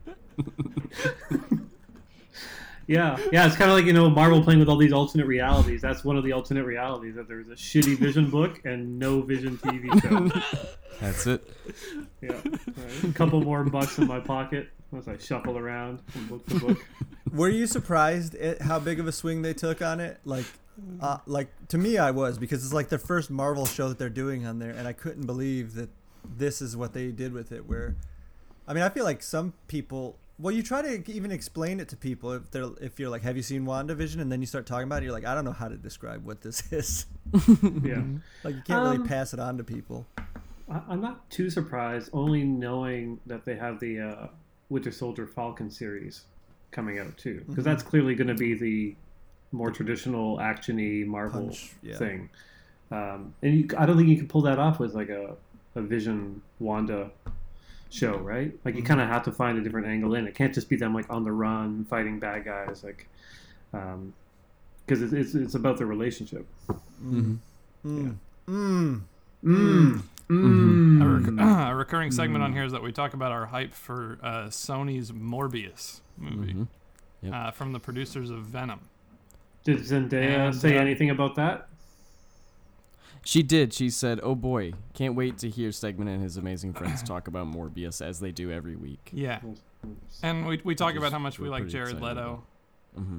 yeah, yeah, it's kind of like you know Marvel playing with all these alternate realities. That's one of the alternate realities that there's a shitty Vision book and no Vision TV show.
That's it.
yeah, right. a couple more bucks in my pocket as I shuffle around from book to book.
Were you surprised at how big of a swing they took on it? Like, uh, like to me, I was because it's like the first Marvel show that they're doing on there, and I couldn't believe that this is what they did with it. Where, I mean, I feel like some people. Well, you try to even explain it to people if they're if you're like, have you seen WandaVision? And then you start talking about it, you're like, I don't know how to describe what this is.
Yeah.
Like you can't
Um,
really pass it on to people.
I- I'm not too surprised, only knowing that they have the uh, Winter Soldier Falcon series coming out too, because that's clearly going to be the more traditional actiony Marvel
Punch, yeah.
thing. Um, and you, I don't think you can pull that off with like a, a Vision Wanda show, right? Like you kind of have to find a different angle in. It can't just be them like on the run fighting bad guys, like because it's, it's it's about their relationship.
Mm. Mm.
Mm.
A, rec-
Mm.
a recurring segment on here is that we talk about our hype for uh, Sony's Morbius movie
Mm-hmm. Yep.
uh, from the producers of Venom.
Did Zendaya
And,
say
uh,
anything about that?
She did. She said, "Oh boy, can't wait to hear Stegman and his amazing friends talk about Morbius as they do every week."
Yeah, and we, we talk
Which
about
is-
how much we
we're
like
pretty
Jared
excited Mm-hmm.
Leto.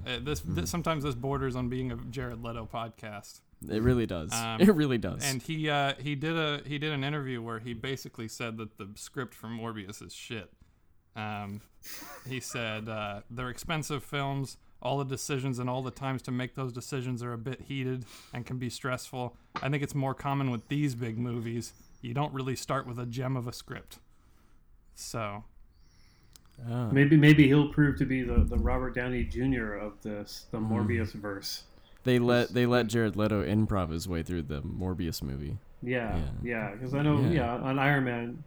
Uh, this, this sometimes this borders on being a Jared Leto podcast.
It really does.
Um,
it really does.
And he uh, he did a he did an interview where he basically said that the script for Morbius is shit. Um, he said uh, they're expensive films. All the decisions and all the times to make those decisions are a bit heated and can be stressful. I think it's more common with these big movies. You don't really start with a gem of a script. So
Ah.
Maybe maybe he'll prove to be the, the Robert Downey Jr. of this
Hmm.
the Morbius verse.
they let they let Jared Leto improv his way through the Morbius movie.
Yeah, yeah. Because I know,
Yeah.
yeah. on Iron Man,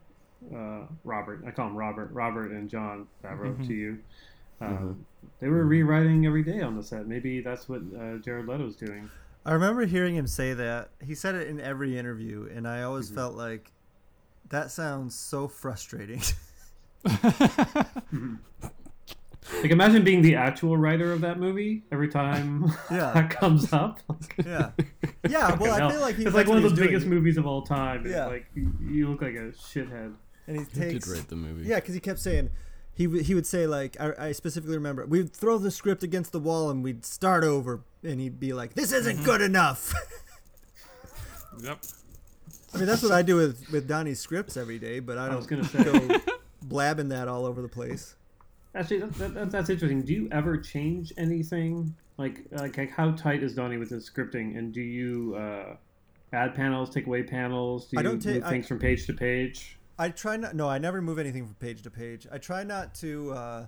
uh, Robert. I call him Robert. Robert and John Favreau
Mm-hmm.
to you. Um, They were rewriting every day on the set. Maybe that's what uh, Jared Leto's doing.
I remember hearing him say that. He said it in every interview, and I always felt like that sounds so frustrating.
Like, imagine being the actual writer of that movie every time
Yeah.
that comes up. Like,
yeah, yeah. Well, I
no.
feel like he
it's
knows
like one of
what
the
he's
biggest
doing,
movies of all time. It's
Yeah.
like you- you look like a shithead.
and he
He did
takes.
write the movie.
Yeah, because he kept saying he w- he would say like I, I specifically remember we'd throw the script against the wall and we'd start over, and he'd be like, "This
Mm-hmm.
isn't good enough."
yep.
I mean, that's what I do with with Donnie's scripts every day, but I don't
was gonna say.
go blabbing that all over the place.
Actually, that, that, that, that's interesting. Do you ever change anything? Like, like, like how tight is Donnie with his scripting? And do you uh, add panels, take away panels? Do you
I don't ta-
move
I-
things from page to page?
I try not. No, I never move anything from page to page. I try not to. Uh,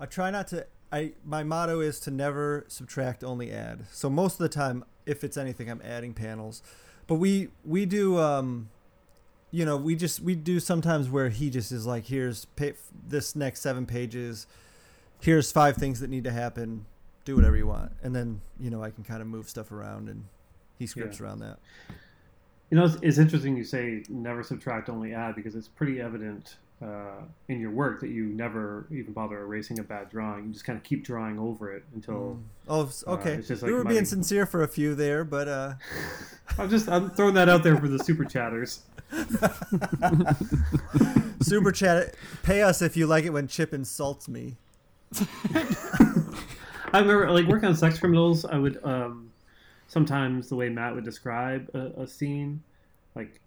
I try not to. I my motto is to never subtract, only add. So most of the time, if it's anything, I'm adding panels. But we we do. Um, you know, we just we do sometimes where he just is like, here's pa- this next seven pages. Here's five things that need to happen. Do whatever you want, and then you know I can kind of move stuff around, and he scripts
Yeah.
around that.
You know, it's, it's interesting you say never subtract, only add, because it's pretty evident uh, in your work that you never even bother erasing a bad drawing. You just kind of keep drawing over it until.
Oh, s-
Uh,
okay.
it's just
we
like
were
my-
being sincere for a few there, but uh,
I'm just I'm throwing that out there for the super chatters.
super chat. Pay us if you like it when Chip insults me.
I remember like working on sex criminals. I would um, sometimes the way Matt would describe a, a scene, like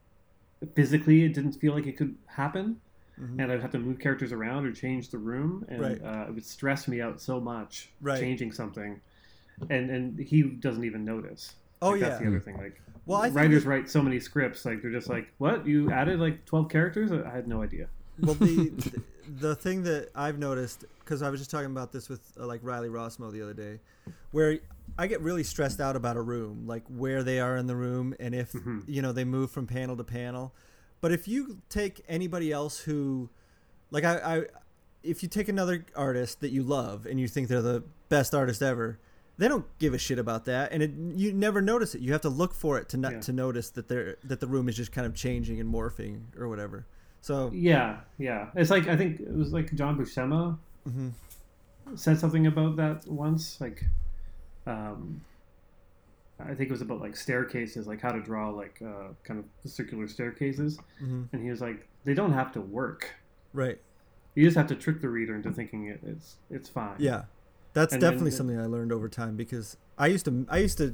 physically, it didn't feel like it could happen, and I'd have to move characters around or change the room, and
Mm-hmm. Right.
uh, it would stress me out so much
Right.
changing something, and and he doesn't even notice.
Oh,
Like, that's
yeah.
the other thing. Like
Well, I think
writers write so many scripts, like they're just like, what you added like twelve characters? I I had no idea.
Well, the the- the thing that I've noticed because I was just talking about this with uh, like Riley Rossmo the other day, where I get really stressed out about a room, like where they are in the room and if you know they move from panel to panel. But if you take anybody else who, like I, I, if you take another artist that you love and you think they're the best artist ever. They don't give a shit about that, and it, you never notice it. You have to look for it to not
Yeah.
to notice that they're that the room is just kind of changing and morphing or whatever. So
Yeah, yeah. It's like I think it was like John Buscema
Mhm.
said something about that once. Like, um, I think it was about like staircases, like how to draw like uh, kind of circular staircases.
Mhm.
And he was like, they don't have to work.
right,
You just have to trick the reader into thinking it, it's it's fine.
Yeah, that's
And then
definitely
the-
something I learned over time because I used to I used to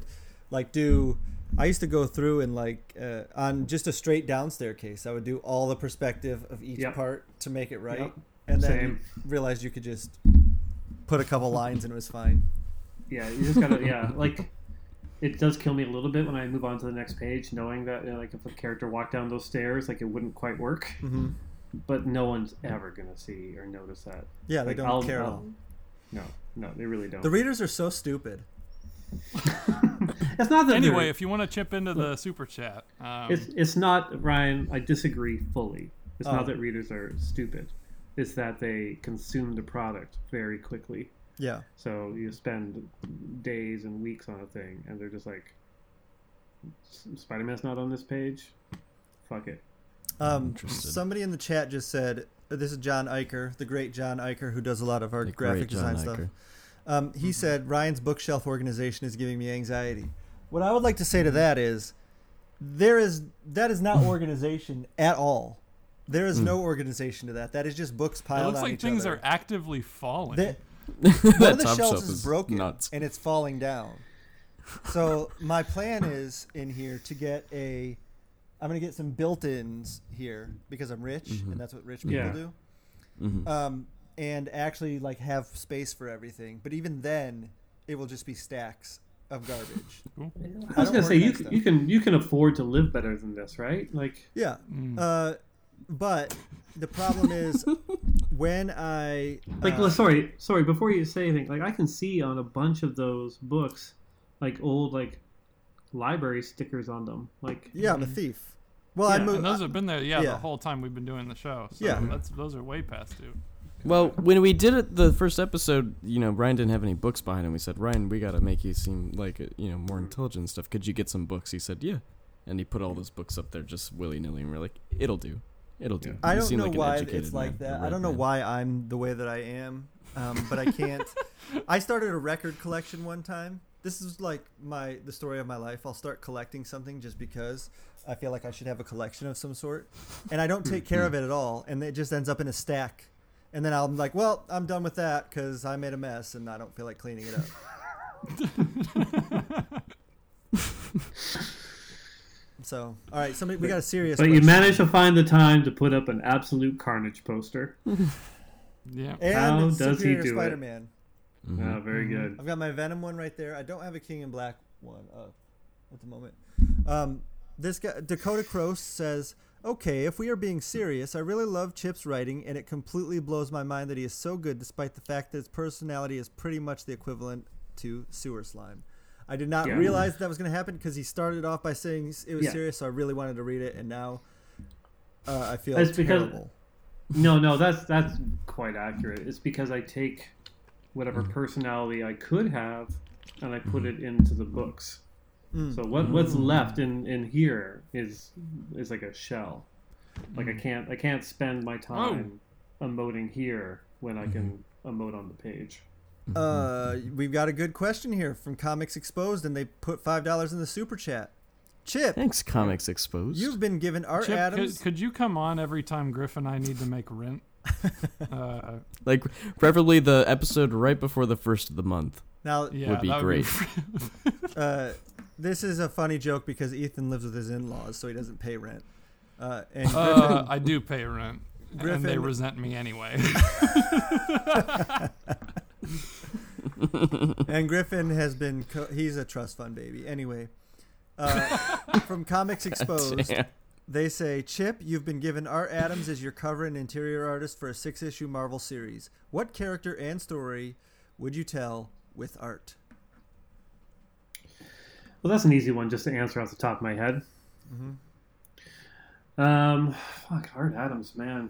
like do I used to go through and like uh, on just a straight down staircase I would do all the perspective of each
Yep.
part to make it right,
Yep.
and then
Same.
you realized you could just put a couple lines and it was fine.
yeah. You just gotta yeah. Like, it does kill me a little bit when I move on to the next page, knowing that you know, like if a character walked down those stairs, like it wouldn't quite work.
Mm-hmm.
But no one's ever gonna see or notice that.
Yeah, they
Like,
don't
I'll-
care at
I'll-
all.
No, no, they really don't.
The readers are so stupid.
it's not that they're-
Anyway, if you want to chip into the super chat, um,
it's it's not Ryan. I disagree fully. It's
Oh.
not that readers are stupid. It's that they consume the product very quickly.
Yeah,
So you spend days and weeks on a thing, and they're just like, "Spider Man's not on this page. Fuck it."
um,
Interested.
somebody in the chat just said. uh, This is John Iker, the great John Iker, who does a lot of our
Like,
graphic
great
design
John Mm-hmm. Iker.
stuff. Um, he said Ryan's bookshelf organization is giving me anxiety. What I would like to say
Mm-hmm.
to that is, there is that is not organization at all. There is
Mm.
no organization to that. That is just books
it
piled
looks
on
like
each
things
other.
are actively falling.
The- one
that
of the
top
shelves
shelf
is,
is
broken
nuts.
and it's falling down. So my plan is in here to get a. I'm gonna get some built-ins here because I'm rich,
Mm-hmm.
and that's what rich people
Yeah.
do. Um, and actually, like, have space for everything. But even then, it will just be stacks of garbage.
I was
don't
gonna say you
organize
can,
them.
you can you can afford to live better than this, right? Like,
Yeah. Uh, but the problem is when I
like well, sorry sorry before you say anything like i can see on a bunch of those books like old like library stickers on them like
yeah, I'm a thief. Well, I
Yeah,
moved.
and those have been there, yeah,
yeah.
the whole time we've been doing the show. So
Yeah.
that's, those are way past due.
Well, when we did it the first episode, you know, Ryan didn't have any books behind him. We said, Ryan, we gotta make you seem like a, you know more intelligent and stuff. Could you get some books? He said, Yeah, and he put all those books up there just willy nilly, and we're like, It'll do, it'll do.
I
You
don't
seem
know
like an
why
educated
it's like
man, a
that. I
read
don't know
man."
why I'm the way that I am, um, but I can't. I started a record collection one time. This is like my the story of my life. I'll start collecting something just because I feel like I should have a collection of some sort, and I don't
Hmm,
take care of it at all, and it just ends up in a stack. And then I'm like, well, I'm done with that because I made a mess and I don't feel like cleaning it up. so, all right, somebody, we got a serious.
but you
question.
managed to find the time to put up an absolute carnage poster
Yeah.
And
How does he
Superior
do it?
Spider-Man.
oh, very good
I've got my Venom one right there. I don't have a King in Black one up at the moment. Um, this guy Dakota Cross says, "Okay, if we are being serious, I really love Chip's writing, and it completely blows my mind that he is so good, despite the fact that his personality is pretty much the equivalent to sewer slime." I did not
Yeah.
realize that was going to happen because he started off by saying s- it was
Yeah.
serious, so I really wanted to read it, and now uh, I feel
That's because-
terrible.
no no that's that's quite accurate it's because i take whatever personality i could have and i put it into the books so what what's left in in here is is like a shell Like I can't I can't spend my time emoting here when I can emote on the page.
Uh, we've got a good question here from Comics Exposed, and they put five dollars in the super chat. Chip,
Thanks, Comics Exposed.
you've been given Art
Chip, could,
Adams.
could you come on every time Griff and I need to make rent? uh,
like, preferably the episode right before the first of the month.
Now,
yeah,
Would be
that
uh, this is a funny joke because Ethan lives with his in-laws, so he doesn't pay rent. Uh, and
uh, I do pay rent, and they
Griffin-
resent me anyway.
And Griffin has been, co- he's a trust fund baby. Anyway, uh, from Comics Exposed,
Damn.
they say, Chip, you've been given Art Adams as your cover and interior artist for a six issue Marvel series. What character and story would you tell with art?
Well, that's an easy one just to answer off the top of my head. Um, fuck Art Adams, man.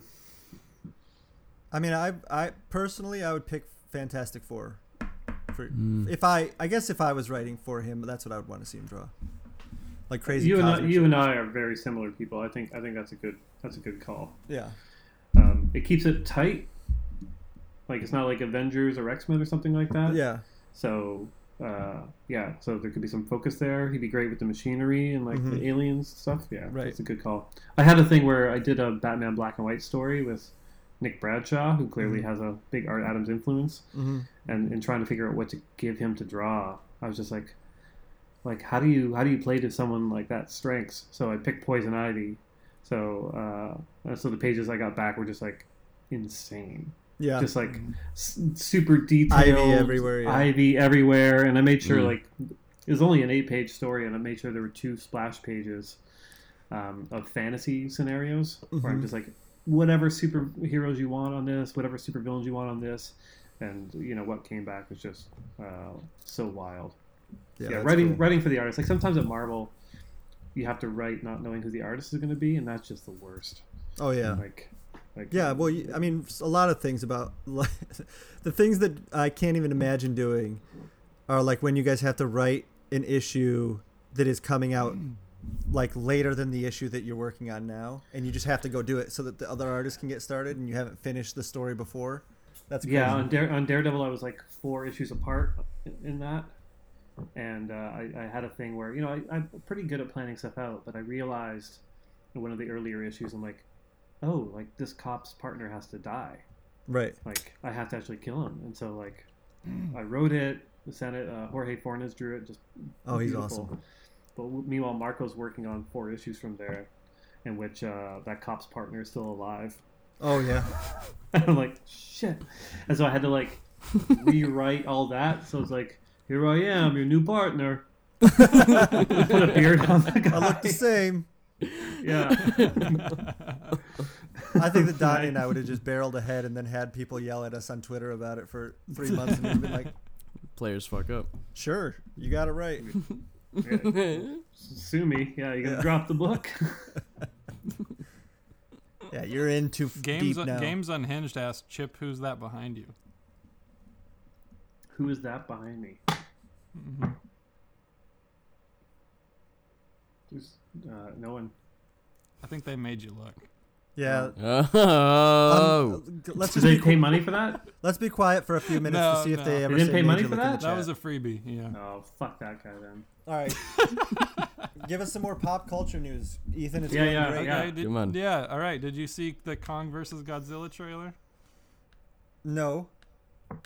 I mean, I, I personally, I would pick Fantastic Four. For, If I, I guess if I was writing for him, that's what I would want to see him draw. Like crazy.
You and I,
cosmic
you
shit.
and I are very similar people. I think I think that's a good that's a good call.
yeah.
Um, it keeps it tight. Like it's not like Avengers or X Men or something like that.
Yeah.
So uh, yeah, so there could be some focus there. He'd be great with the machinery and like the aliens stuff. Yeah,
Right.
That's a good call. I had a thing where I did a Batman black and white story with Nick Bradshaw, who clearly has a big Art Adams influence, and and trying to figure out what to give him to draw. I was just like, like how do you how do you play to someone like that strengths? So I picked Poison Ivy. So uh, so the pages I got back were just like insane
Yeah.
just like s- super detailed
Ivy everywhere, yeah. Mm.
ivy everywhere and i made sure like it was only an eight page story and i made sure there were two splash pages um, of fantasy scenarios where
Mm-hmm.
i'm just like whatever superheroes you want on this whatever supervillains you want on this and you know what came back was just uh, so wild yeah,
that's
writing
cool.
writing for the artist like sometimes at marvel you have to write not knowing who the artist is going to be and that's just the worst
Oh yeah.
like like
Yeah, well, you- I mean, s- a lot of things about the things that I can't even imagine doing are like when you guys have to write an issue that is coming out like later than the issue that you're working on now, and you just have to go do it so that the other artist can get started, and you haven't finished the story before. That's crazy.
Yeah, on, Dare, on Daredevil, I was like four issues apart in- in that, and uh, I, I had a thing where you know I, I'm pretty good at planning stuff out, but I realized in one of the earlier issues, I'm like, oh, like this cop's partner has to die,
right.
like I have to actually kill him, and so like
Mm.
I wrote it, sent it. Uh, Jorge Fornes drew it, just
Oh, he's
beautiful.
awesome.
But w- meanwhile, Marco's working on four issues from there, in which uh, that cop's partner is still alive.
Oh yeah,
I'm like, shit. And so I had to like rewrite all that. So it's like, here I am, your new partner. Put a beard on the guy.
I look the same.
yeah.
I think that Donnie and I would have just barreled ahead and then had people yell at us on Twitter about it for three months, and we've been like,
Players fuck up.
"Sure, you got it right."
Sue me. Yeah, you gonna drop the book?
Yeah, you're in too f-
Games,
deep now.
Games Unhinged asked Chip, "Who's that behind you?"
Who is that behind me? Mm-hmm. There's uh, no one.
I think they made you look.
Yeah, Um,
Oh.
g- let's
Did
just
they
be,
pay money for that?
let's be quiet for a few minutes to
No,
see if
no.
they
They
ever
didn't
say
pay money
Ninja
for
Look in
that?
the
That was a
chat.
freebie. Yeah.
Oh, fuck that guy then.
all right. Give us some more pop culture news, Ethan. It's
Yeah,
going
yeah,
great.
yeah.
Okay, did-
Come on.
Yeah. All right. Did you see the Kong versus Godzilla trailer?
No,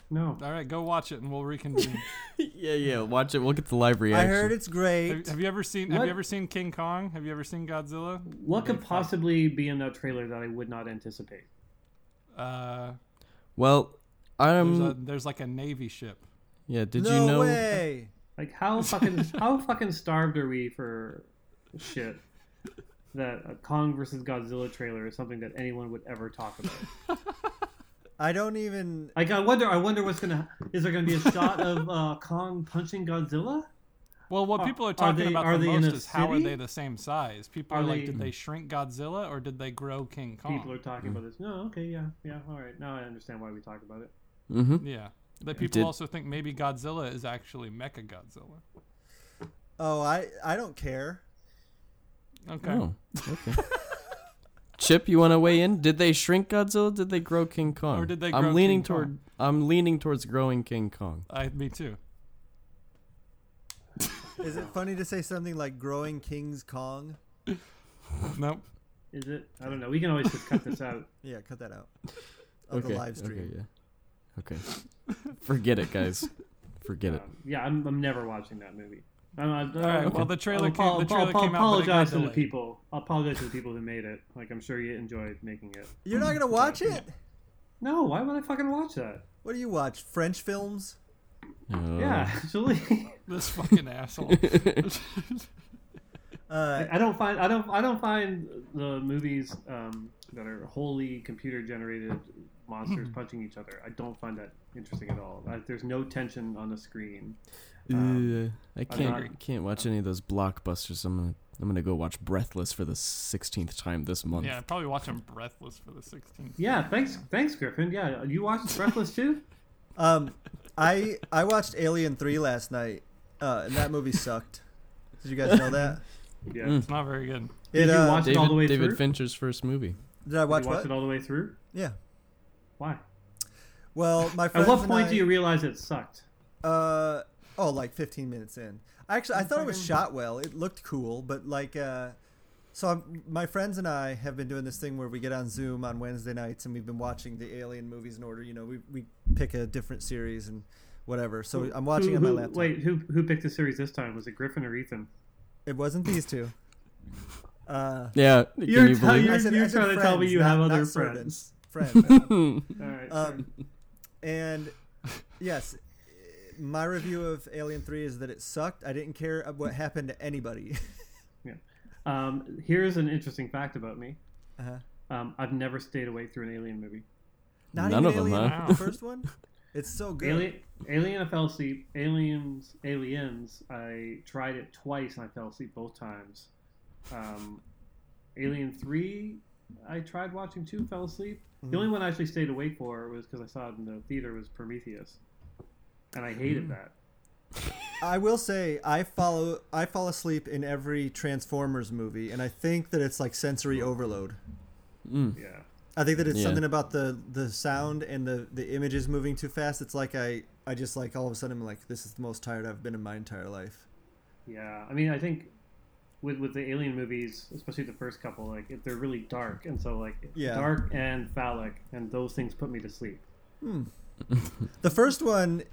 No.
All right. Go watch it, and we'll reconvene.
Yeah, yeah. Watch it. We'll get the live
I
reaction.
heard it's
have,
great.
have you ever seen? Have
What?
you ever seen King Kong? Have you ever seen Godzilla?
What could possibly be in that trailer that I would not anticipate?
Uh,
Well,
Mm.
there's,
um,
a, there's like a navy ship.
yeah. Did
no
you know?
way.
Like how fucking how fucking starved are we for shit that a Kong versus Godzilla trailer is something that anyone would ever talk about.
I don't even.
Like I wonder I wonder what's gonna is there gonna be a shot of uh, Kong punching Godzilla?
Well, what
Are-
people
are
are talking
they-
about
are
the
they in
most
a
is how are
city?
they the same size? People are,
Are
like,
they-
did they shrink Godzilla or did they grow King Kong?
People are talking about this. No, okay, yeah, yeah, all right. Now I understand why we talk about it.
Mm-hmm.
Yeah. But people
Did-
also think maybe Godzilla is actually Mecha Godzilla.
Oh, I I don't care.
Okay.
Oh. Okay. Chip, you want to weigh in? Did they shrink Godzilla? Did they grow King Kong?
Or did they grow
I'm leaning
King
toward.
Kong?
I'm leaning towards growing King Kong.
I, me too.
Is it funny to say something like growing King's Kong?
Nope.
Is it? I don't know. We can always just cut this out.
Yeah, cut that out of the live stream.
Okay, yeah. Okay. Forget it, guys. Forget it.
Um, yeah, I'm, I'm never watching that movie. I'm, not-
All right.
I'll-
Well, the trailer
I'll
came. The
apo- I'll
trailer came out. but it got
apologize to the
delayed.
people. I'll apologize to the people who made it. Like, I'm sure you enjoyed making it.
You're not gonna watch it?
No, why would I fucking watch that?
What do you watch? French films?
Oh.
Yeah, actually,
This fucking asshole.
Uh,
I don't find I don't I don't find the movies um, that are wholly computer generated monsters
Hmm.
punching each other. I don't find that interesting at all. Like, there's no tension on the screen. Um,
Uh, I can't
not-
can't watch any of those blockbusters. I'm gonna I'm gonna go watch Breathless for the sixteenth time this month.
yeah, probably watching Breathless for the 16th.
Yeah, thanks thanks Griffin. Yeah, you watched Breathless too?
um, I I watched Alien Three last night, uh, and that movie sucked. Did you guys know that?
Yeah.
It's not very good.
Did
It,
you
uh,
watch
David,
it all the way
Hmm. David
through?
Fincher's first movie.
Did I watch
you watched
what?
it all the way through?
Yeah.
Why?
Well, my friends
At what
and
point
I-
do you realize it sucked?
Uh, oh, like 15 minutes in. Actually, I thought it was shot well. It looked cool, but like, uh, so I'm, my friends and I have been doing this thing where we get on Zoom on Wednesday nights and we've been watching the Alien movies in order. You know, we we pick a different series and whatever. So I'm watching
who,
on my
who-
laptop.
Wait, who who picked the series this time? Was it Griffin or Ethan?
It wasn't these two. Uh,
Yeah,
You're,
can you
tell-
believe?
you're,
I said- I
you're
said
trying to tell me
friends,
you have
not-
other
not
friends.
servants. friends.
Hmm.
All right.
Um, and yes, my review of Alien 3 is that it sucked. I didn't care what happened to anybody.
um, here's an interesting fact about me.
Uh-huh.
Um, I've never stayed awake through an alien movie.
Not
None
even
of 'em,
Alien,
huh?
The first one? It's so good.
Alien, Alien, I fell asleep. Aliens, Aliens. I tried it twice and I fell asleep both times. Um, Alien Three, I tried watching two, fell asleep. The only one I actually stayed awake for was because I saw it in the theater was Prometheus, and I hated that.
I will say I follow I fall asleep in every Transformers movie and I think that it's like sensory overload.
Yeah.
I think that it's
Yeah.
something about the the sound and the the images moving too fast. It's like I I just like all of a sudden I'm like this is the most tired I've been in my entire life.
Yeah, I mean, I think with with the Alien movies, especially the first couple, like if they're really dark, and so like
Yeah.
dark and phallic, and those things put me to sleep.
The first one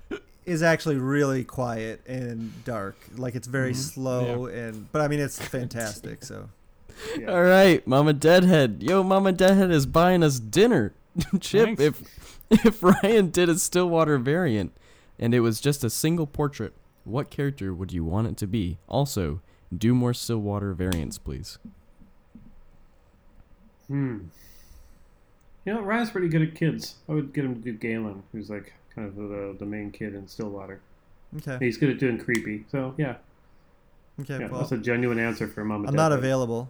is actually really quiet and dark. Like it's very
Mm-hmm.
slow and but I mean it's fantastic. So
Yeah.
All right, Mama Deadhead. Yo, Mama Deadhead is buying us dinner. Chip,
Thanks.
if if Ryan did a Stillwater variant and it was just a single portrait, what character would you want it to be? Also, do more Stillwater variants, please.
Hmm. You know, Ryan's pretty good at kids. I would get him to do Galen, who's like kind of the the main kid in Stillwater. And
okay.
He's good at doing creepy. So yeah,
Okay.
yeah,
well,
that's a genuine answer for Mama.
I'm not available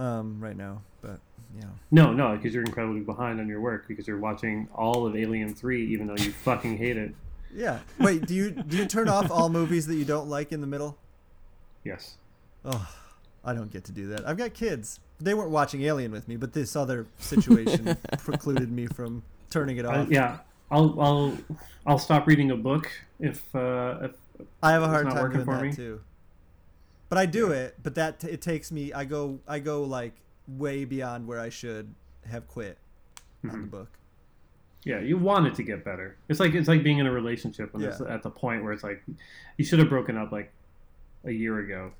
um right now, but you know.
No, no, because you're incredibly behind on your work because you're watching all of Alien Three, even though you fucking hate it.
Yeah. Wait, do you do you turn off all movies that you don't like in the middle?
Yes.
Oh, I don't get to do that. I've got kids. They weren't watching Alien with me, but this other situation precluded me from turning it
Uh,
off.
yeah, I'll I'll I'll stop reading a book if uh, if
I have a
It's
hard
not
time
working
doing
for
that
me.
too. But I do it, but that t- it takes me I go I go like way beyond where I should have quit on the
Mm-hmm.
book.
yeah you want it to get better. It's like it's like being in a relationship when it's
Yeah.
at the point where it's like you should have broken up like a year ago,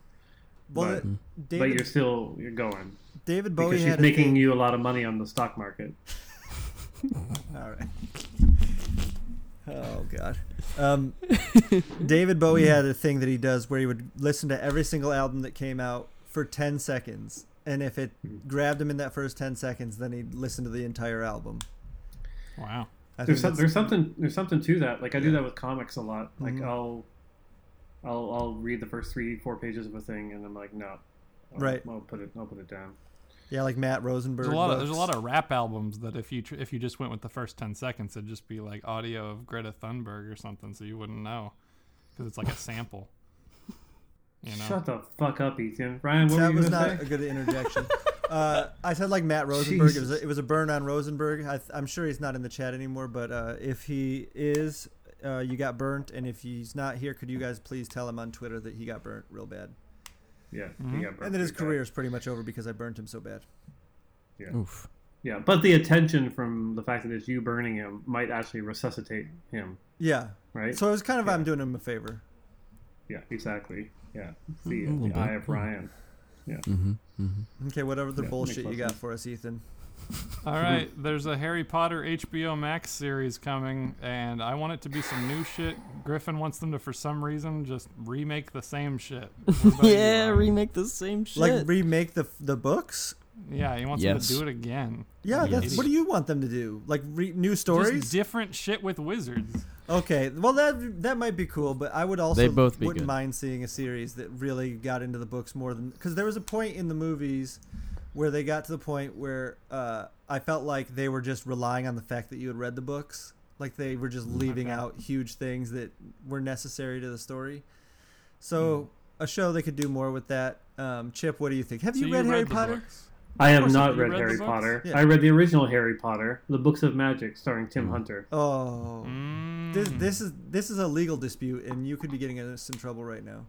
Well,
But-
the-
but you're
David,
still you're going
David
because
Bowie
she's
had a
making
thing-
you a lot of money on the stock market.
All right. Oh God. Um, David Bowie had a thing that he does where he would listen to every single album that came out for ten seconds, and if it grabbed him in that first ten seconds, then he'd listen to the entire album.
Wow.
I think
There's some,
that's-
there's something there's something to that. Like I do that with comics a lot. Like
Mm-hmm.
I'll I'll I'll read the first three four pages of a thing and I'm like no, I'll,
Right.
I'll put it I'll put it down.
yeah, like Matt Rosenberg.
There's a lot of
books.
there's a lot of rap albums that if you tr- if you just went with the first ten seconds, it'd just be like audio of Greta Thunberg or something, so you wouldn't know because it's like a sample. You know.
Shut the fuck up, Ethan. Ryan, what
That
were you
was
gonna
not
say?
a good interjection. Uh, I said like Matt Rosenberg. It was, a,
Jesus.
it was a burn on Rosenberg. I, th- I'm sure he's not in the chat anymore, but uh, if he is, uh, you got burnt. And if he's not here, could you guys please tell him on Twitter that he got burnt real bad?
Yeah,
Mhm.
he got burnt
And that his
pretty bad.
career is pretty much over because I burnt him so bad.
Oof.
Yeah, but the attention from the fact that it's you burning him might actually resuscitate him,
Yeah.
right?
So it was kind of I'm
Yeah.
doing him a favor.
yeah, exactly. Yeah, It's the,
a little
the eye
bit,
of
yeah.
Ryan.
Okay, whatever the
Yeah,
bullshit
makes
you got
sense.
for us, Ethan.
All right, there's a Harry Potter HBO Max series coming, and I want it to be some new shit. Griffin wants them to, for some reason, just remake the same shit. What about you,
Yeah,
Ryan?
remake the same shit.
Like remake the the books.
yeah, he wants
Yes.
them to do it again.
Yeah,
Yes.
that's what do you want them to do? Like re- new
Just
stories?
different shit with wizards.
Okay, well that that might be cool, but I would also
They'd both be
wouldn't
good.
mind seeing a series that really got into the books more than because there was a point in the movies where they got to the point where uh, I felt like they were just relying on the fact that you had read the books, like they were just leaving
Okay.
out huge things that were necessary to the story. So a show they could do more with that. Um, Chip, what do you think? Have
So
you read Harry
the
Potter?
books.
I have
course,
not
have you
read,
read the
Harry
books?
Potter.
Yeah.
I read the original Harry Potter, The Books of Magic, starring Tim Hunter.
Oh,
Mm.
this this is this is a legal dispute, and you could be getting us in trouble right now.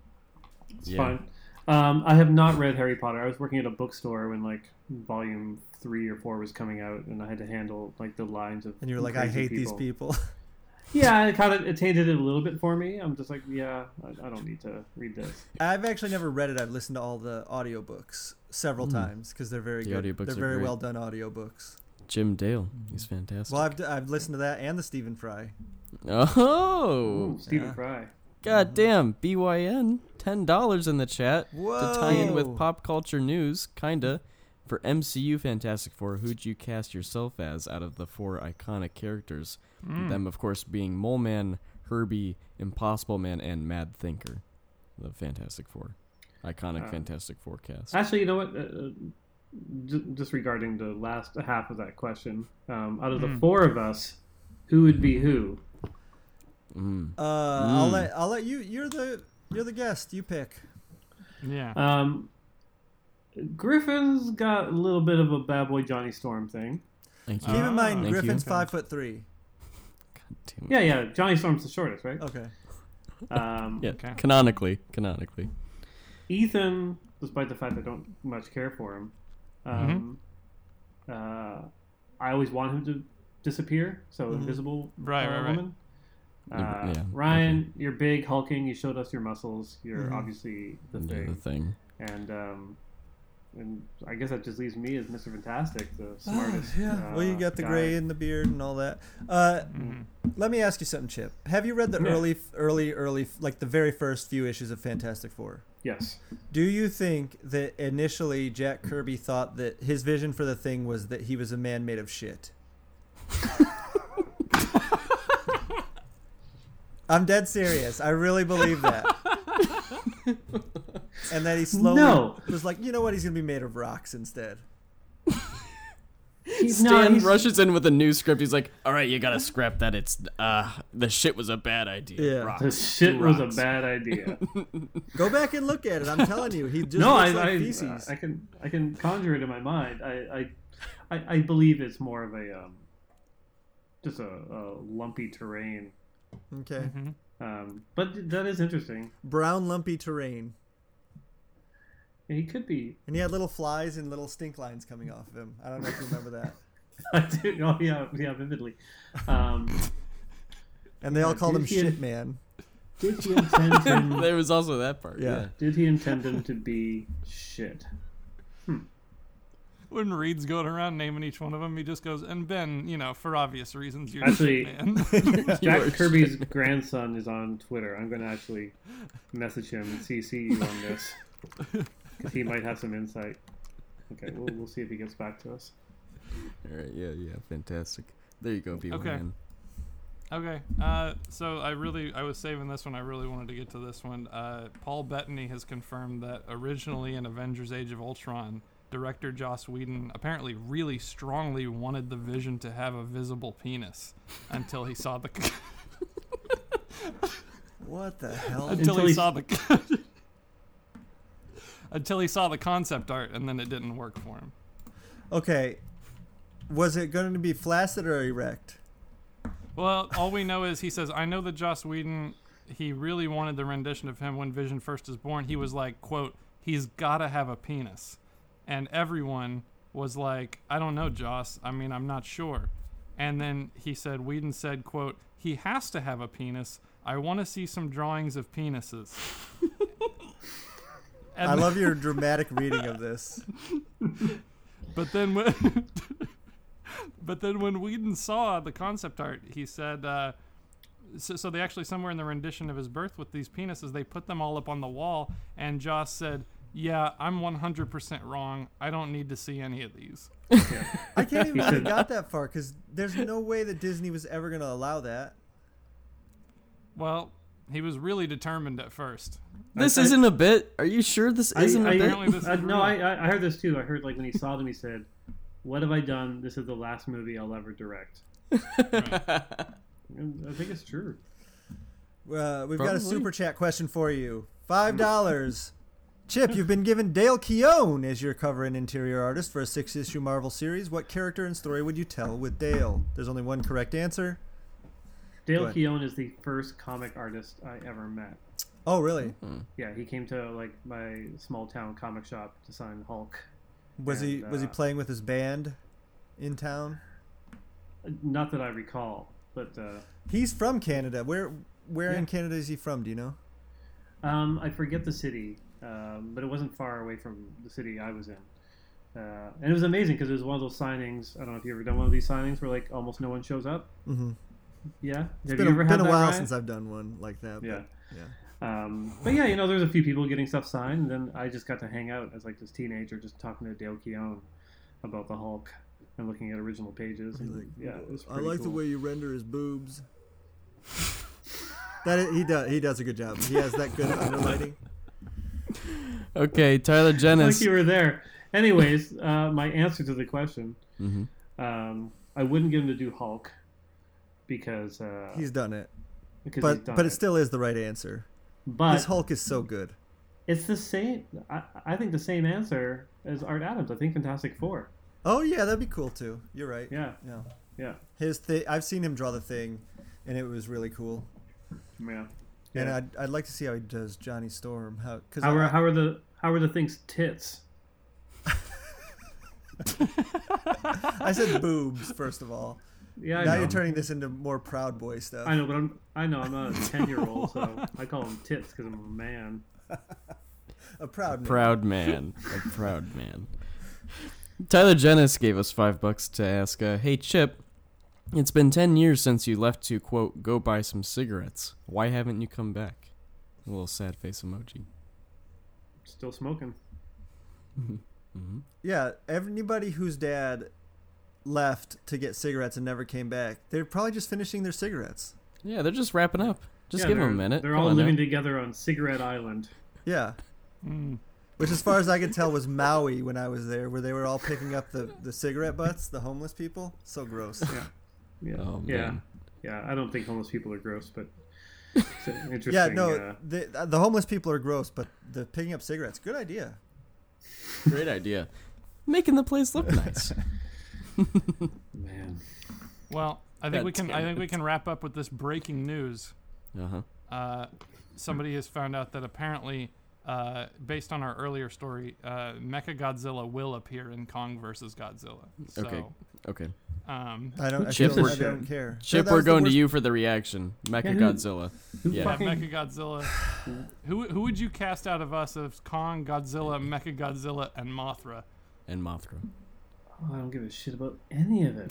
It's
Yeah.
fine. Um, I have not read Harry Potter. I was working at a bookstore when like volume three or four was coming out, and I had to handle like the lines of.
And you were like, I
crazy
hate these people.
Yeah, it kind of it tainted it a little bit for me. I'm just like, yeah, I, I don't need to read this.
I've actually never read it. I've listened to all the audiobooks several times times because they're very
Hmm. The
good.
audiobooks
they're
are
very
great.
well done audiobooks.
Jim Dale. He's fantastic.
Well, I've, d- I've listened to that and the Stephen Fry.
Ooh,
Oh,
Stephen
yeah.
Fry.
god damn! BYN, ten dollars in the chat to tie in
Whoa.
with pop culture news, kinda. For MCU Fantastic Four, who'd you cast yourself as out of the four iconic characters?
Hmm.
Mm,
Them, of course, being Mole Man, Herbie, Impossible Man, and Mad Thinker. The Fantastic Four, iconic
Ah.
Fantastic Four cast.
Actually, you know what? Uh, uh, j- just regarding the last half of that question, um, out of the four of us, who would be who?
Mm.
Uh, I'll let I'll let you. You're the you're the guest. You pick.
Yeah.
Um, Griffin's got a little bit of a bad boy Johnny Storm thing.
Thank
Uh,
you.
Keep in mind,
Ah, Thank you.
Griffin's five foot three.
God damn it.
Yeah, yeah, Johnny Storm's the shortest, right?
Okay.
Um,
Yeah,
Okay.
canonically, canonically.
Ethan, despite the fact I don't much care for him, um,
Mm-hmm.
uh, I always want him to disappear. So
Mm-hmm.
invisible
Right,
uh,
right, right.
woman. Uh,
Yeah,
Ryan, you're big, hulking. You showed us your muscles. You're
Mm-hmm.
obviously the
Yeah,
thing.
the thing.
And um, and I guess that just leaves me as Mr. Fantastic, the smartest.
Ah, Yeah. well, you
uh,
got the
guy.
gray and the beard and all that. Uh, Let me ask you something, Chip. Have you read the
Yeah.
early, early, early, like the very first few issues of Fantastic Four?
Yes.
Do you think that initially Jack Kirby thought that his vision for the thing was that he was a man made of shit? I'm dead serious. I really believe that. and that he slowly
No.
was like, you know what? He's going to be made of rocks instead.
He's no,
Dan
he's-
rushes in with a new script. He's like, "All right, you gotta scrap that. It's uh, the shit was a bad idea.
Yeah.
Rocks.
The shit was
Rocks.
a bad idea.
Go back and look at it. I'm telling you. He just
no, I,
looks like
I,
feces.
I can I can conjure it in my mind. I I, I, I believe it's more of a um, just a, a lumpy terrain.
okay.
Um, but that is interesting.
Brown, lumpy terrain.
He could be.
And he had little flies and little stink lines coming off of him. I don't know if you remember that.
I do. Oh yeah, yeah, vividly. Um,
And they all called him
he had-
Shit Man.
did he intend him?
There was also that part. Yeah.
Yeah.
Did he intend him to be shit?
When Reed's going around naming each one of them, he just goes, and Ben, you know, for obvious reasons, you're
Actually-
the shit man.
are
Jack
shit.
Kirby's grandson is on Twitter. I'm going to actually message him and CC you on this because he might have some insight. Okay, we'll, we'll see if he gets back to us.
All right. Yeah. Yeah. Fantastic. There you go, B.
Okay. Okay. Uh, so I really, I was saving this one. I really wanted to get to this one. Uh, Paul Bettany has confirmed that originally in Avengers: Age of Ultron, director Joss Whedon apparently really strongly wanted the Vision to have a visible penis until he saw the
What the hell?
until,
Until
he
he-
saw the until he saw the concept art, and then it didn't work for him.
Okay. Was it going to be flaccid or erect?
Well, all we know is he says, I know that Joss Whedon, he really wanted the rendition of him when Vision first is born. He was like, quote, he's got to have a penis. And everyone was like, I don't know, Joss. I mean, I'm not sure. And then he said, Whedon said, quote, he has to have a penis. I want to see some drawings of penises. And
I love your dramatic reading of this.
But then when, but then when Whedon saw the concept art, he said, uh, so, so they actually somewhere in the rendition of his birth with these penises, they put them all up on the wall, and Joss said, "Yeah, I'm 100% wrong. I don't need to see any of these."
I can't even believe it got that far because there's no way that Disney was ever going to allow that.
Well, he was really determined at first.
This
I-
isn't a bit. Are you sure this
I,
isn't a
I,
Apparently
bit?
this is
I- no,
real.
I, I I heard this too. I heard like when he saw them, he said, "What have I done? This is the last movie I'll ever direct." And I think it's true.
Uh, we've got a
Probably.
super chat question for you. Five dollars. Chip, you've been given Dale Keown as your cover and interior artist for a six-issue Marvel series. What character and story would you tell with Dale? There's only one correct answer. Go
Dale
ahead.
Keown is the first comic artist I ever met.
Oh, really?
Yeah, he came to like my small town comic shop to sign Hulk.
Was he
And,
was he
uh,
playing with his band in town?
Not that I recall, but uh,
He's from Canada. Where where in
Yeah.
Canada is he from? Do you know?
um, I forget the city, um, but it wasn't far away from the city I was in. Uh, and it was amazing because it was one of those signings. I don't know if you ever done one of these signings where like almost no one shows up.
Mhm.
Yeah, have
been
you
a,
ever
been
had
a
that,
while
Ryan?
since I've done one like that. but-
Yeah.
yeah.
Um, but yeah, you know, there's a few people getting stuff signed, and then I just got to hang out as like this teenager, just talking to Dale Keown about the Hulk and looking at original pages. And, yeah, it was pretty cool.
you render his boobs. that is, he does. He does a good job. He has that good underlighting.
Okay, Tyler
like
Jennis.
you were there. Anyways, uh, my answer to the question,
Mhm.
um, I wouldn't get him to do Hulk because uh,
He's done it,
because he's
but
done
but it still is the right answer.
but
This Hulk is so good.
it's the same. I, I think the same answer as Art Adams. I think Fantastic Four.
Oh yeah, that'd be cool too. You're right.
Yeah,
Yeah.
yeah,
His thing. I've seen him draw the thing, and it was really cool.
yeah.
And
Yeah.
I'd, I'd like to see how he does Johnny Storm. How? Cause
How
I-
are how are the how are the things tits?
I said boobs first of all.
Yeah, I
now
know.
you're turning this into more Proud Boy stuff.
I know, but I'm I know I'm not a ten year old, so I call them tits because I'm a man.
A proud. man.
Proud man. A proud man. Tyler Jennis gave us five bucks to ask, uh, hey, Chip, it's been 10 years since you left to, quote, go buy some cigarettes. Why haven't you come back? A little sad face emoji.
Still smoking.
Yeah, anybody whose dad left to get cigarettes and never came back, they're probably just finishing their cigarettes.
Yeah, they're just wrapping up. Just
Yeah,
give them a
they're-
minute.
They're
Come
all
on
living
now.
together on Cigarette Island.
Yeah.
Hmm.
Mm.
Which, as far as I could tell, was Maui when I was there, where they were all picking up the, the cigarette butts, the homeless people. So gross.
Yeah,
Um,
Oh,
yeah,
man.
yeah. I don't think homeless people are gross, but it's an interesting.
Yeah, no,
uh,
the, the homeless people are gross, but the picking up cigarettes, good idea.
Great idea. Making the place look nice.
man.
Well, I think
God
we can. I
damn
think we
it.
can wrap up with this breaking news.
Uh huh.
uh, somebody has found out that apparently, uh, based on our earlier story, uh, Mecha Godzilla will appear in Kong versus Godzilla. So,
Okay. Okay.
Um,
I don't, I
Chip,
feel-
we're-
I don't care.
Chip,
That
we're
was the
going to
worst-
you for the reaction. Mecha Godzilla. Yeah.
fucking-
Mecha Godzilla. Who who would you cast out of us as Kong, Godzilla, Mecha Godzilla, and Mothra?
And Mothra.
Oh, I don't give a shit about any of it.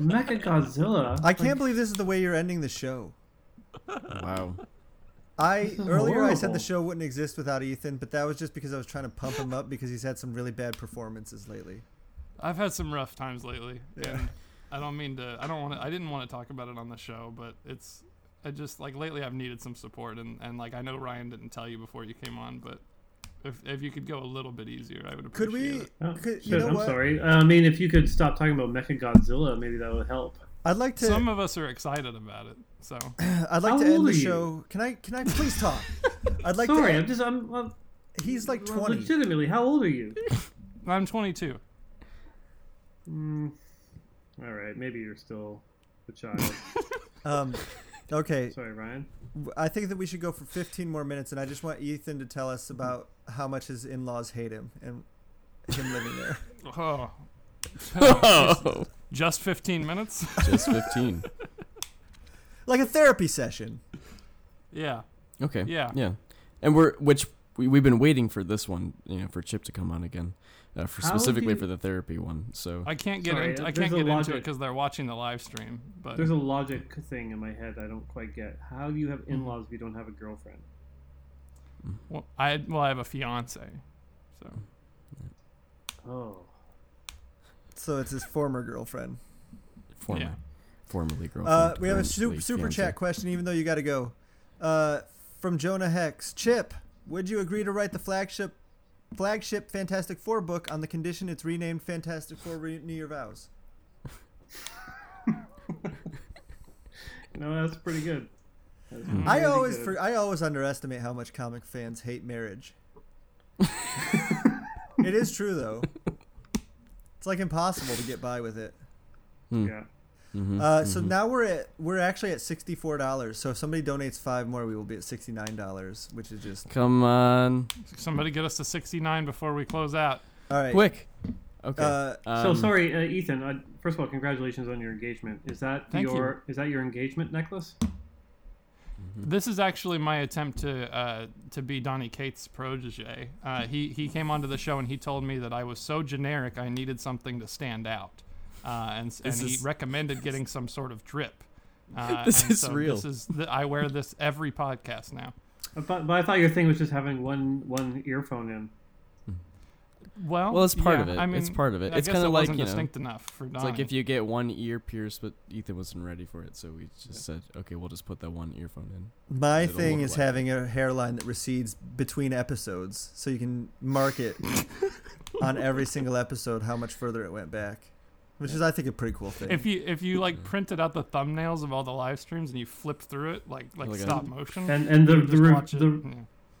Mecha Godzilla.
I can't believe this is the way you're ending the show.
Uh,
Wow.
I
is
earlier I said
horrible.
the show wouldn't exist without Ethan, but that was just because I was trying to pump him up because he's had some really bad performances lately.
I've had some rough times lately, and I don't mean to. I don't want to. I didn't want to talk about it on the show, but it's. I just like lately I've needed some support, and and like I know Ryan didn't tell you before you came on, but if if you could go a little bit easier, I would
Could
appreciate
we?
it.
Oh,
Could, you
shit,
know
I'm
what?
sorry. Uh, I mean, if you could stop talking about Mecha Godzilla, maybe that would help.
I'd like to.
Some of us are excited about it, so
I'd like
How
to end
old
the
are you?
show. Can I? Can I please talk? I'd like
Sorry,
to.
I'm just I'm, I'm
He's like twenty.
legitimately. How old are you?
I'm 22.
Mm, all right, maybe you're still a child.
Um, okay,
Sorry, Ryan.
I think that we should go for 15 more minutes, and I just want Ethan to tell us about how much his in-laws hate him and him living there.
Oh,
Oh,
just 15 minutes?
just 15.
Like a therapy session.
yeah.
Okay.
Yeah.
Yeah. And we're which we we've been waiting for this one, you know, for Chip to come on again, uh, for
How
specifically
do-
for the therapy one. So
I can't get
Sorry,
into
uh,
I
there's
can't
a
get into it
logic-
because they're watching the live stream. But
There's a logic thing in my head I don't quite get. How do you have in-laws if you don't have a girlfriend?
well, I well I have a fiance, so
Oh,
So it's his former girlfriend.
former,
yeah.
formerly girlfriend.
Uh, we have a
currently
su- super
fiancé.
chat question, even though you got to go. Uh, from Jonah Hex, Chip, would you agree to write the flagship, flagship Fantastic Four book on the condition it's renamed Fantastic Four Renew Your Vows?
no, that's pretty good. That's
I
pretty
always,
good.
for, I always underestimate how much comic fans hate marriage. it is true though. It's like impossible to get by with it.
yeah.
Uh, so now we're at we're actually at sixty four dollars. So if somebody donates five more, we will be at sixty nine dollars, which is just
Come on,
somebody get us to 69 before we close out.
all right.
quick. Okay.
Uh,
So
um,
sorry, uh, Ethan. Uh, first of all, congratulations on your engagement. Is that
Thank
your is that your engagement necklace?
This is actually my attempt to uh, to be Donny Cates' protege. Uh, he he came onto the show and he told me that I was so generic I needed something to stand out, uh, and s- and
This
he
is-
recommended getting some sort of drip. Uh,
This
and
is
so
real.
This is the, I wear this every podcast now.
I thought, but I thought your thing was just having one one earphone in.
Well,
Well, it's part
yeah,
of it.
I mean,
It's part of it.
I
It's
guess
kinda
it
like,
wasn't
you know,
distinct enough for Donnie.
It's like if you get one ear pierced, but Ethan wasn't ready for it, so we just said, okay, we'll just put that one earphone in.
my
It'll
thing
look
is
like-
having a hairline that recedes between episodes, so you can mark it on every single episode how much further it went back, which is I think a pretty cool thing.
if you if you
Mm-hmm.
like printed out the thumbnails of all the live streams and you flipped through it like like
Like a-
stop motion
And and the the,
just
re-
watch it.
the
yeah.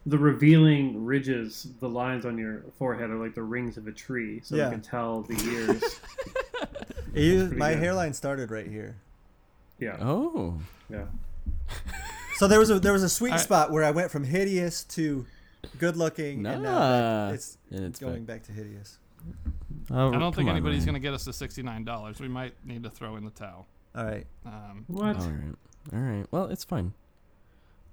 the revealing ridges, the lines on your forehead are like the rings of a tree, so
Yeah.
you can tell the years.
You-
pretty
my
good.
hairline started right here.
yeah,
Oh,
yeah.
So there was a there was a sweet
I-
spot where I went from hideous to good looking, and now back-
Nah.
it's,
And it's
going back. to hideous.
Oh,
I don't think anybody's gonna get us to sixty nine dollars. We might need to throw in the towel.
All right.
Um,
What?
All right, all right. Well, it's fine,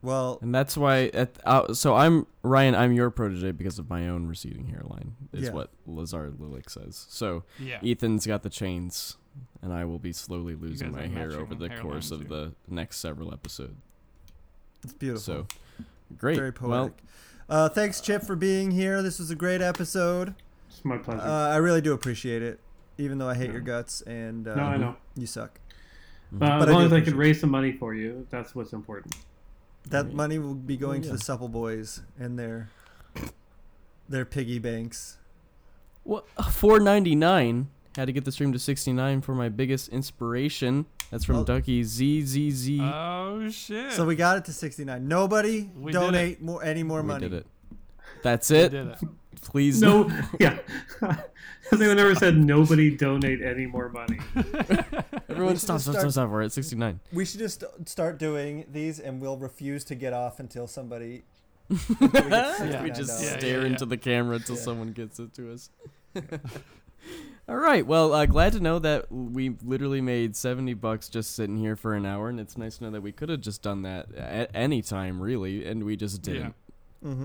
Well,
and that's why. At, uh, so I'm Ryan. I'm your protege because of my own receding hairline. Is
Yeah.
what Lazar Lilik says. So
yeah.
Ethan's got the chains, and I will be slowly losing
guys
my
have
hair
matching
over the course
hairlines
of
here.
the next several episodes.
it's beautiful.
So great.
Very
Well,
poetic. uh, thanks, Chip, for being here. This was a great episode.
It's my pleasure.
Uh, I really do appreciate it, even though I hate your guts and uh,
no, I know.
you suck.
Uh,
But
as
I
long
do
as I
appreciate
could raise some money for you, that's what's important.
That
Right.
money will be going
yeah.
to the Supple Boys and their their piggy banks.
Well, 499 had to get the stream to 69 for my biggest inspiration. That's from
Oh.
Ducky ZZZ.
Oh shit!
So we got it to sixty nine. Nobody
We did
donate more any more
we
money.
did it. That's
We
it.
did it.
Please.
No, yeah. Has anyone ever said nobody donate any more money?
Everyone
We should
stop,
just
stop,
start-
stop, stop. We're at 69.
We should just start doing these, and we'll refuse to get off until somebody. until we get
Yeah.
we
$69.
just
Yeah,
stare
yeah,
into
yeah.
the camera till
Yeah.
someone gets it to us. All right. Well, uh, glad to know that we literally made 70 bucks just sitting here for an hour, and it's nice to know that we could have just done that at any time, really, and we just
yeah. Mm-hmm.
didn't.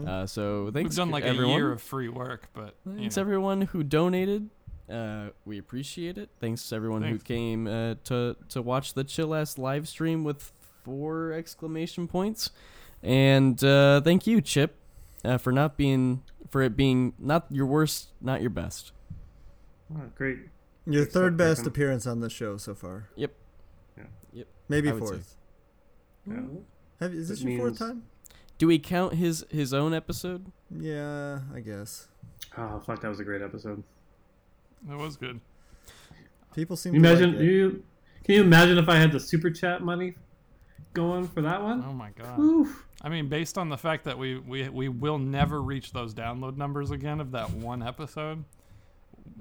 Uh, so thanks,
We've done like
everyone.
a year of free work, but you
Thanks
know.
everyone who donated. Uh, we appreciate it. Thanks to everyone
Thanks.
who came uh, to to watch the chill ass live stream with four exclamation points, and uh, thank you, Chip, uh, for not being for it being not your worst, not your best.
Oh, great.
Your
Except
third
for
best
him.
appearance on the show so far.
Yep.
Yeah.
Yep.
Maybe
I would say.
fourth.
Yeah.
Have, is this
That
your fourth
means-
time?
Do we count his his own episode?
Yeah, I guess.
Oh fuck, that was a great episode.
that was good.
People seem
Can you
to
imagine?
like
do
it.
you, can you imagine if I had the super chat money going for that one?
Oh my
Uh,
god.
Oof.
I mean, based on the fact that we we we will never reach those download numbers again of that one episode,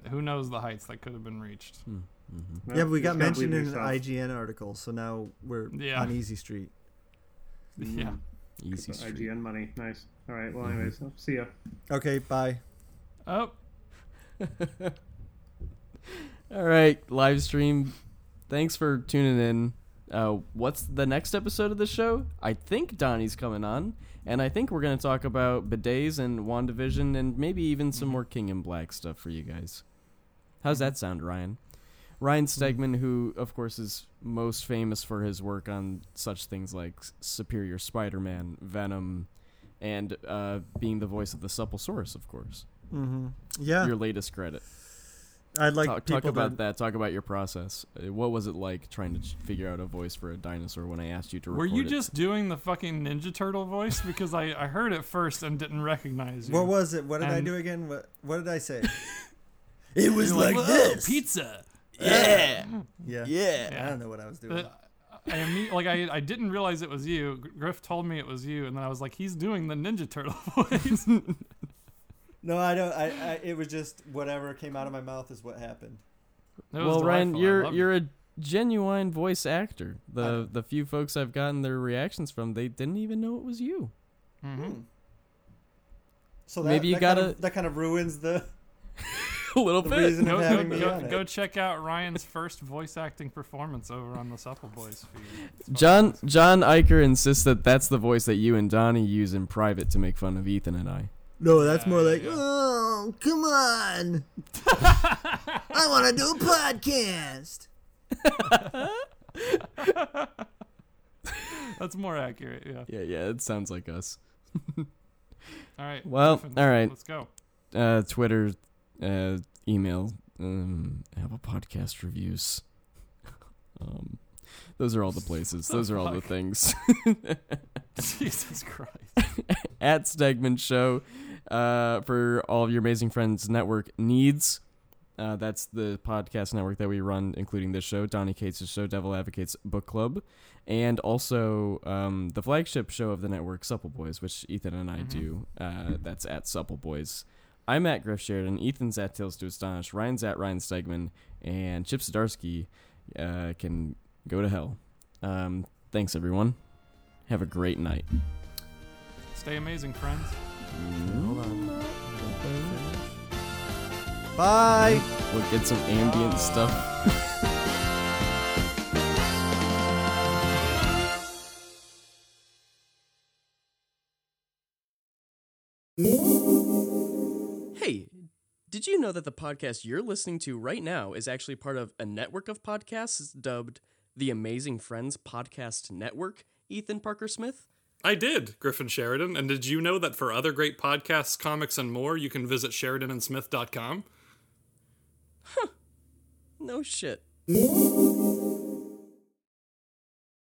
who knows the heights that could have been reached.
No,
yeah, but we
you
got
just gotta believe
mentioned in
in
an
yourself.
IGN article, so now we're
Yeah.
on Easy Street.
Mm-hmm.
Yeah.
Easy
So
street.
IGN money. Nice. All right. Well, anyways, I'll see ya.
Okay, bye.
Oh,
All right, live stream. Thanks for tuning in. Uh, what's the next episode of the show? I think Donnie's coming on, and I think we're going to talk about bidets and WandaVision and maybe even some more King and Black stuff for you guys. How's that sound, Ryan? Ryan Stegman, who, of course, is most famous for his work on such things like S- Superior Spider Man, Venom, and uh, being the voice of the Supple Source, of course.
Mm-hmm. Yeah,
Your latest credit
I'd like
talk,
people
talk about
to,
that. Talk about your process. Uh, What was it like trying to ch- figure out a voice for a dinosaur when I asked you to?
were
record
you
it?
just doing the fucking Ninja Turtle voice? Because I, I heard it first and didn't recognize you.
What was it? What did I
And-
do again? What What did I say? it was
You're
like,
"Whoa,
this.
pizza?
Yeah,
Yeah.
yeah.
I don't know what I was doing.
Uh, I imme- like I, I didn't realize it was you. Gr- Griff told me it was you, and then I was like, he's doing the Ninja Turtle voice.
No, I don't. I, I it was just whatever came out of my mouth is what happened.
Well, Ryan, you're you're a genuine voice actor. The the few folks I've gotten their reactions from, they didn't even know it was you.
Mm-hmm.
Mm-hmm. Hmm. So that,
Maybe you
that kind of-
gotta-
that kind of ruins the
a little
the
bit.
reason
Go,
of
go,
having me
go,
on
go
it.
check out Ryan's first voice acting performance over on the Supple Boys feed. It's fucking
John
awesome.
John Iker insists that that's the voice that you and Donnie use in private to make fun of Ethan and I.
No, that's
Yeah,
more
yeah,
like,
yeah.
oh, come on. I want to do a podcast.
That's more accurate. Yeah.
Yeah, yeah, it sounds like us.
All right.
Well,
Griffin,
all right.
Let's go.
uh, Twitter, uh, email, um, Apple Podcast reviews. um, those are all the places. Those are all the
Fuck.
things.
Jesus Christ.
At Stegman Show uh, for all of your amazing friends network needs. Uh, that's the podcast network that we run, including this show, Donnie Cates' show, Devil Advocates Book Club, and also um, the flagship show of the network, Supple Boys, which Ethan and I do. Uh, that's at Supple Boys. I'm at Griff Sheridan. Ethan's at Tales to Astonish. Ryan's at Ryan Stegman. And Chip Zdarsky uh, can go to hell. Um, thanks, everyone. Have a great night.
Stay amazing, friends.
Bye.
We'll get some ambient stuff. Hey, did you know that the podcast you're listening to right now is actually part of a network of podcasts dubbed the Amazing Friends Podcast Network? Ethan Parker Smith?
I did, Griffin Sheridan. And did you know that for other great podcasts, comics, and more, you can visit SheridanandSmith.com?
No shit.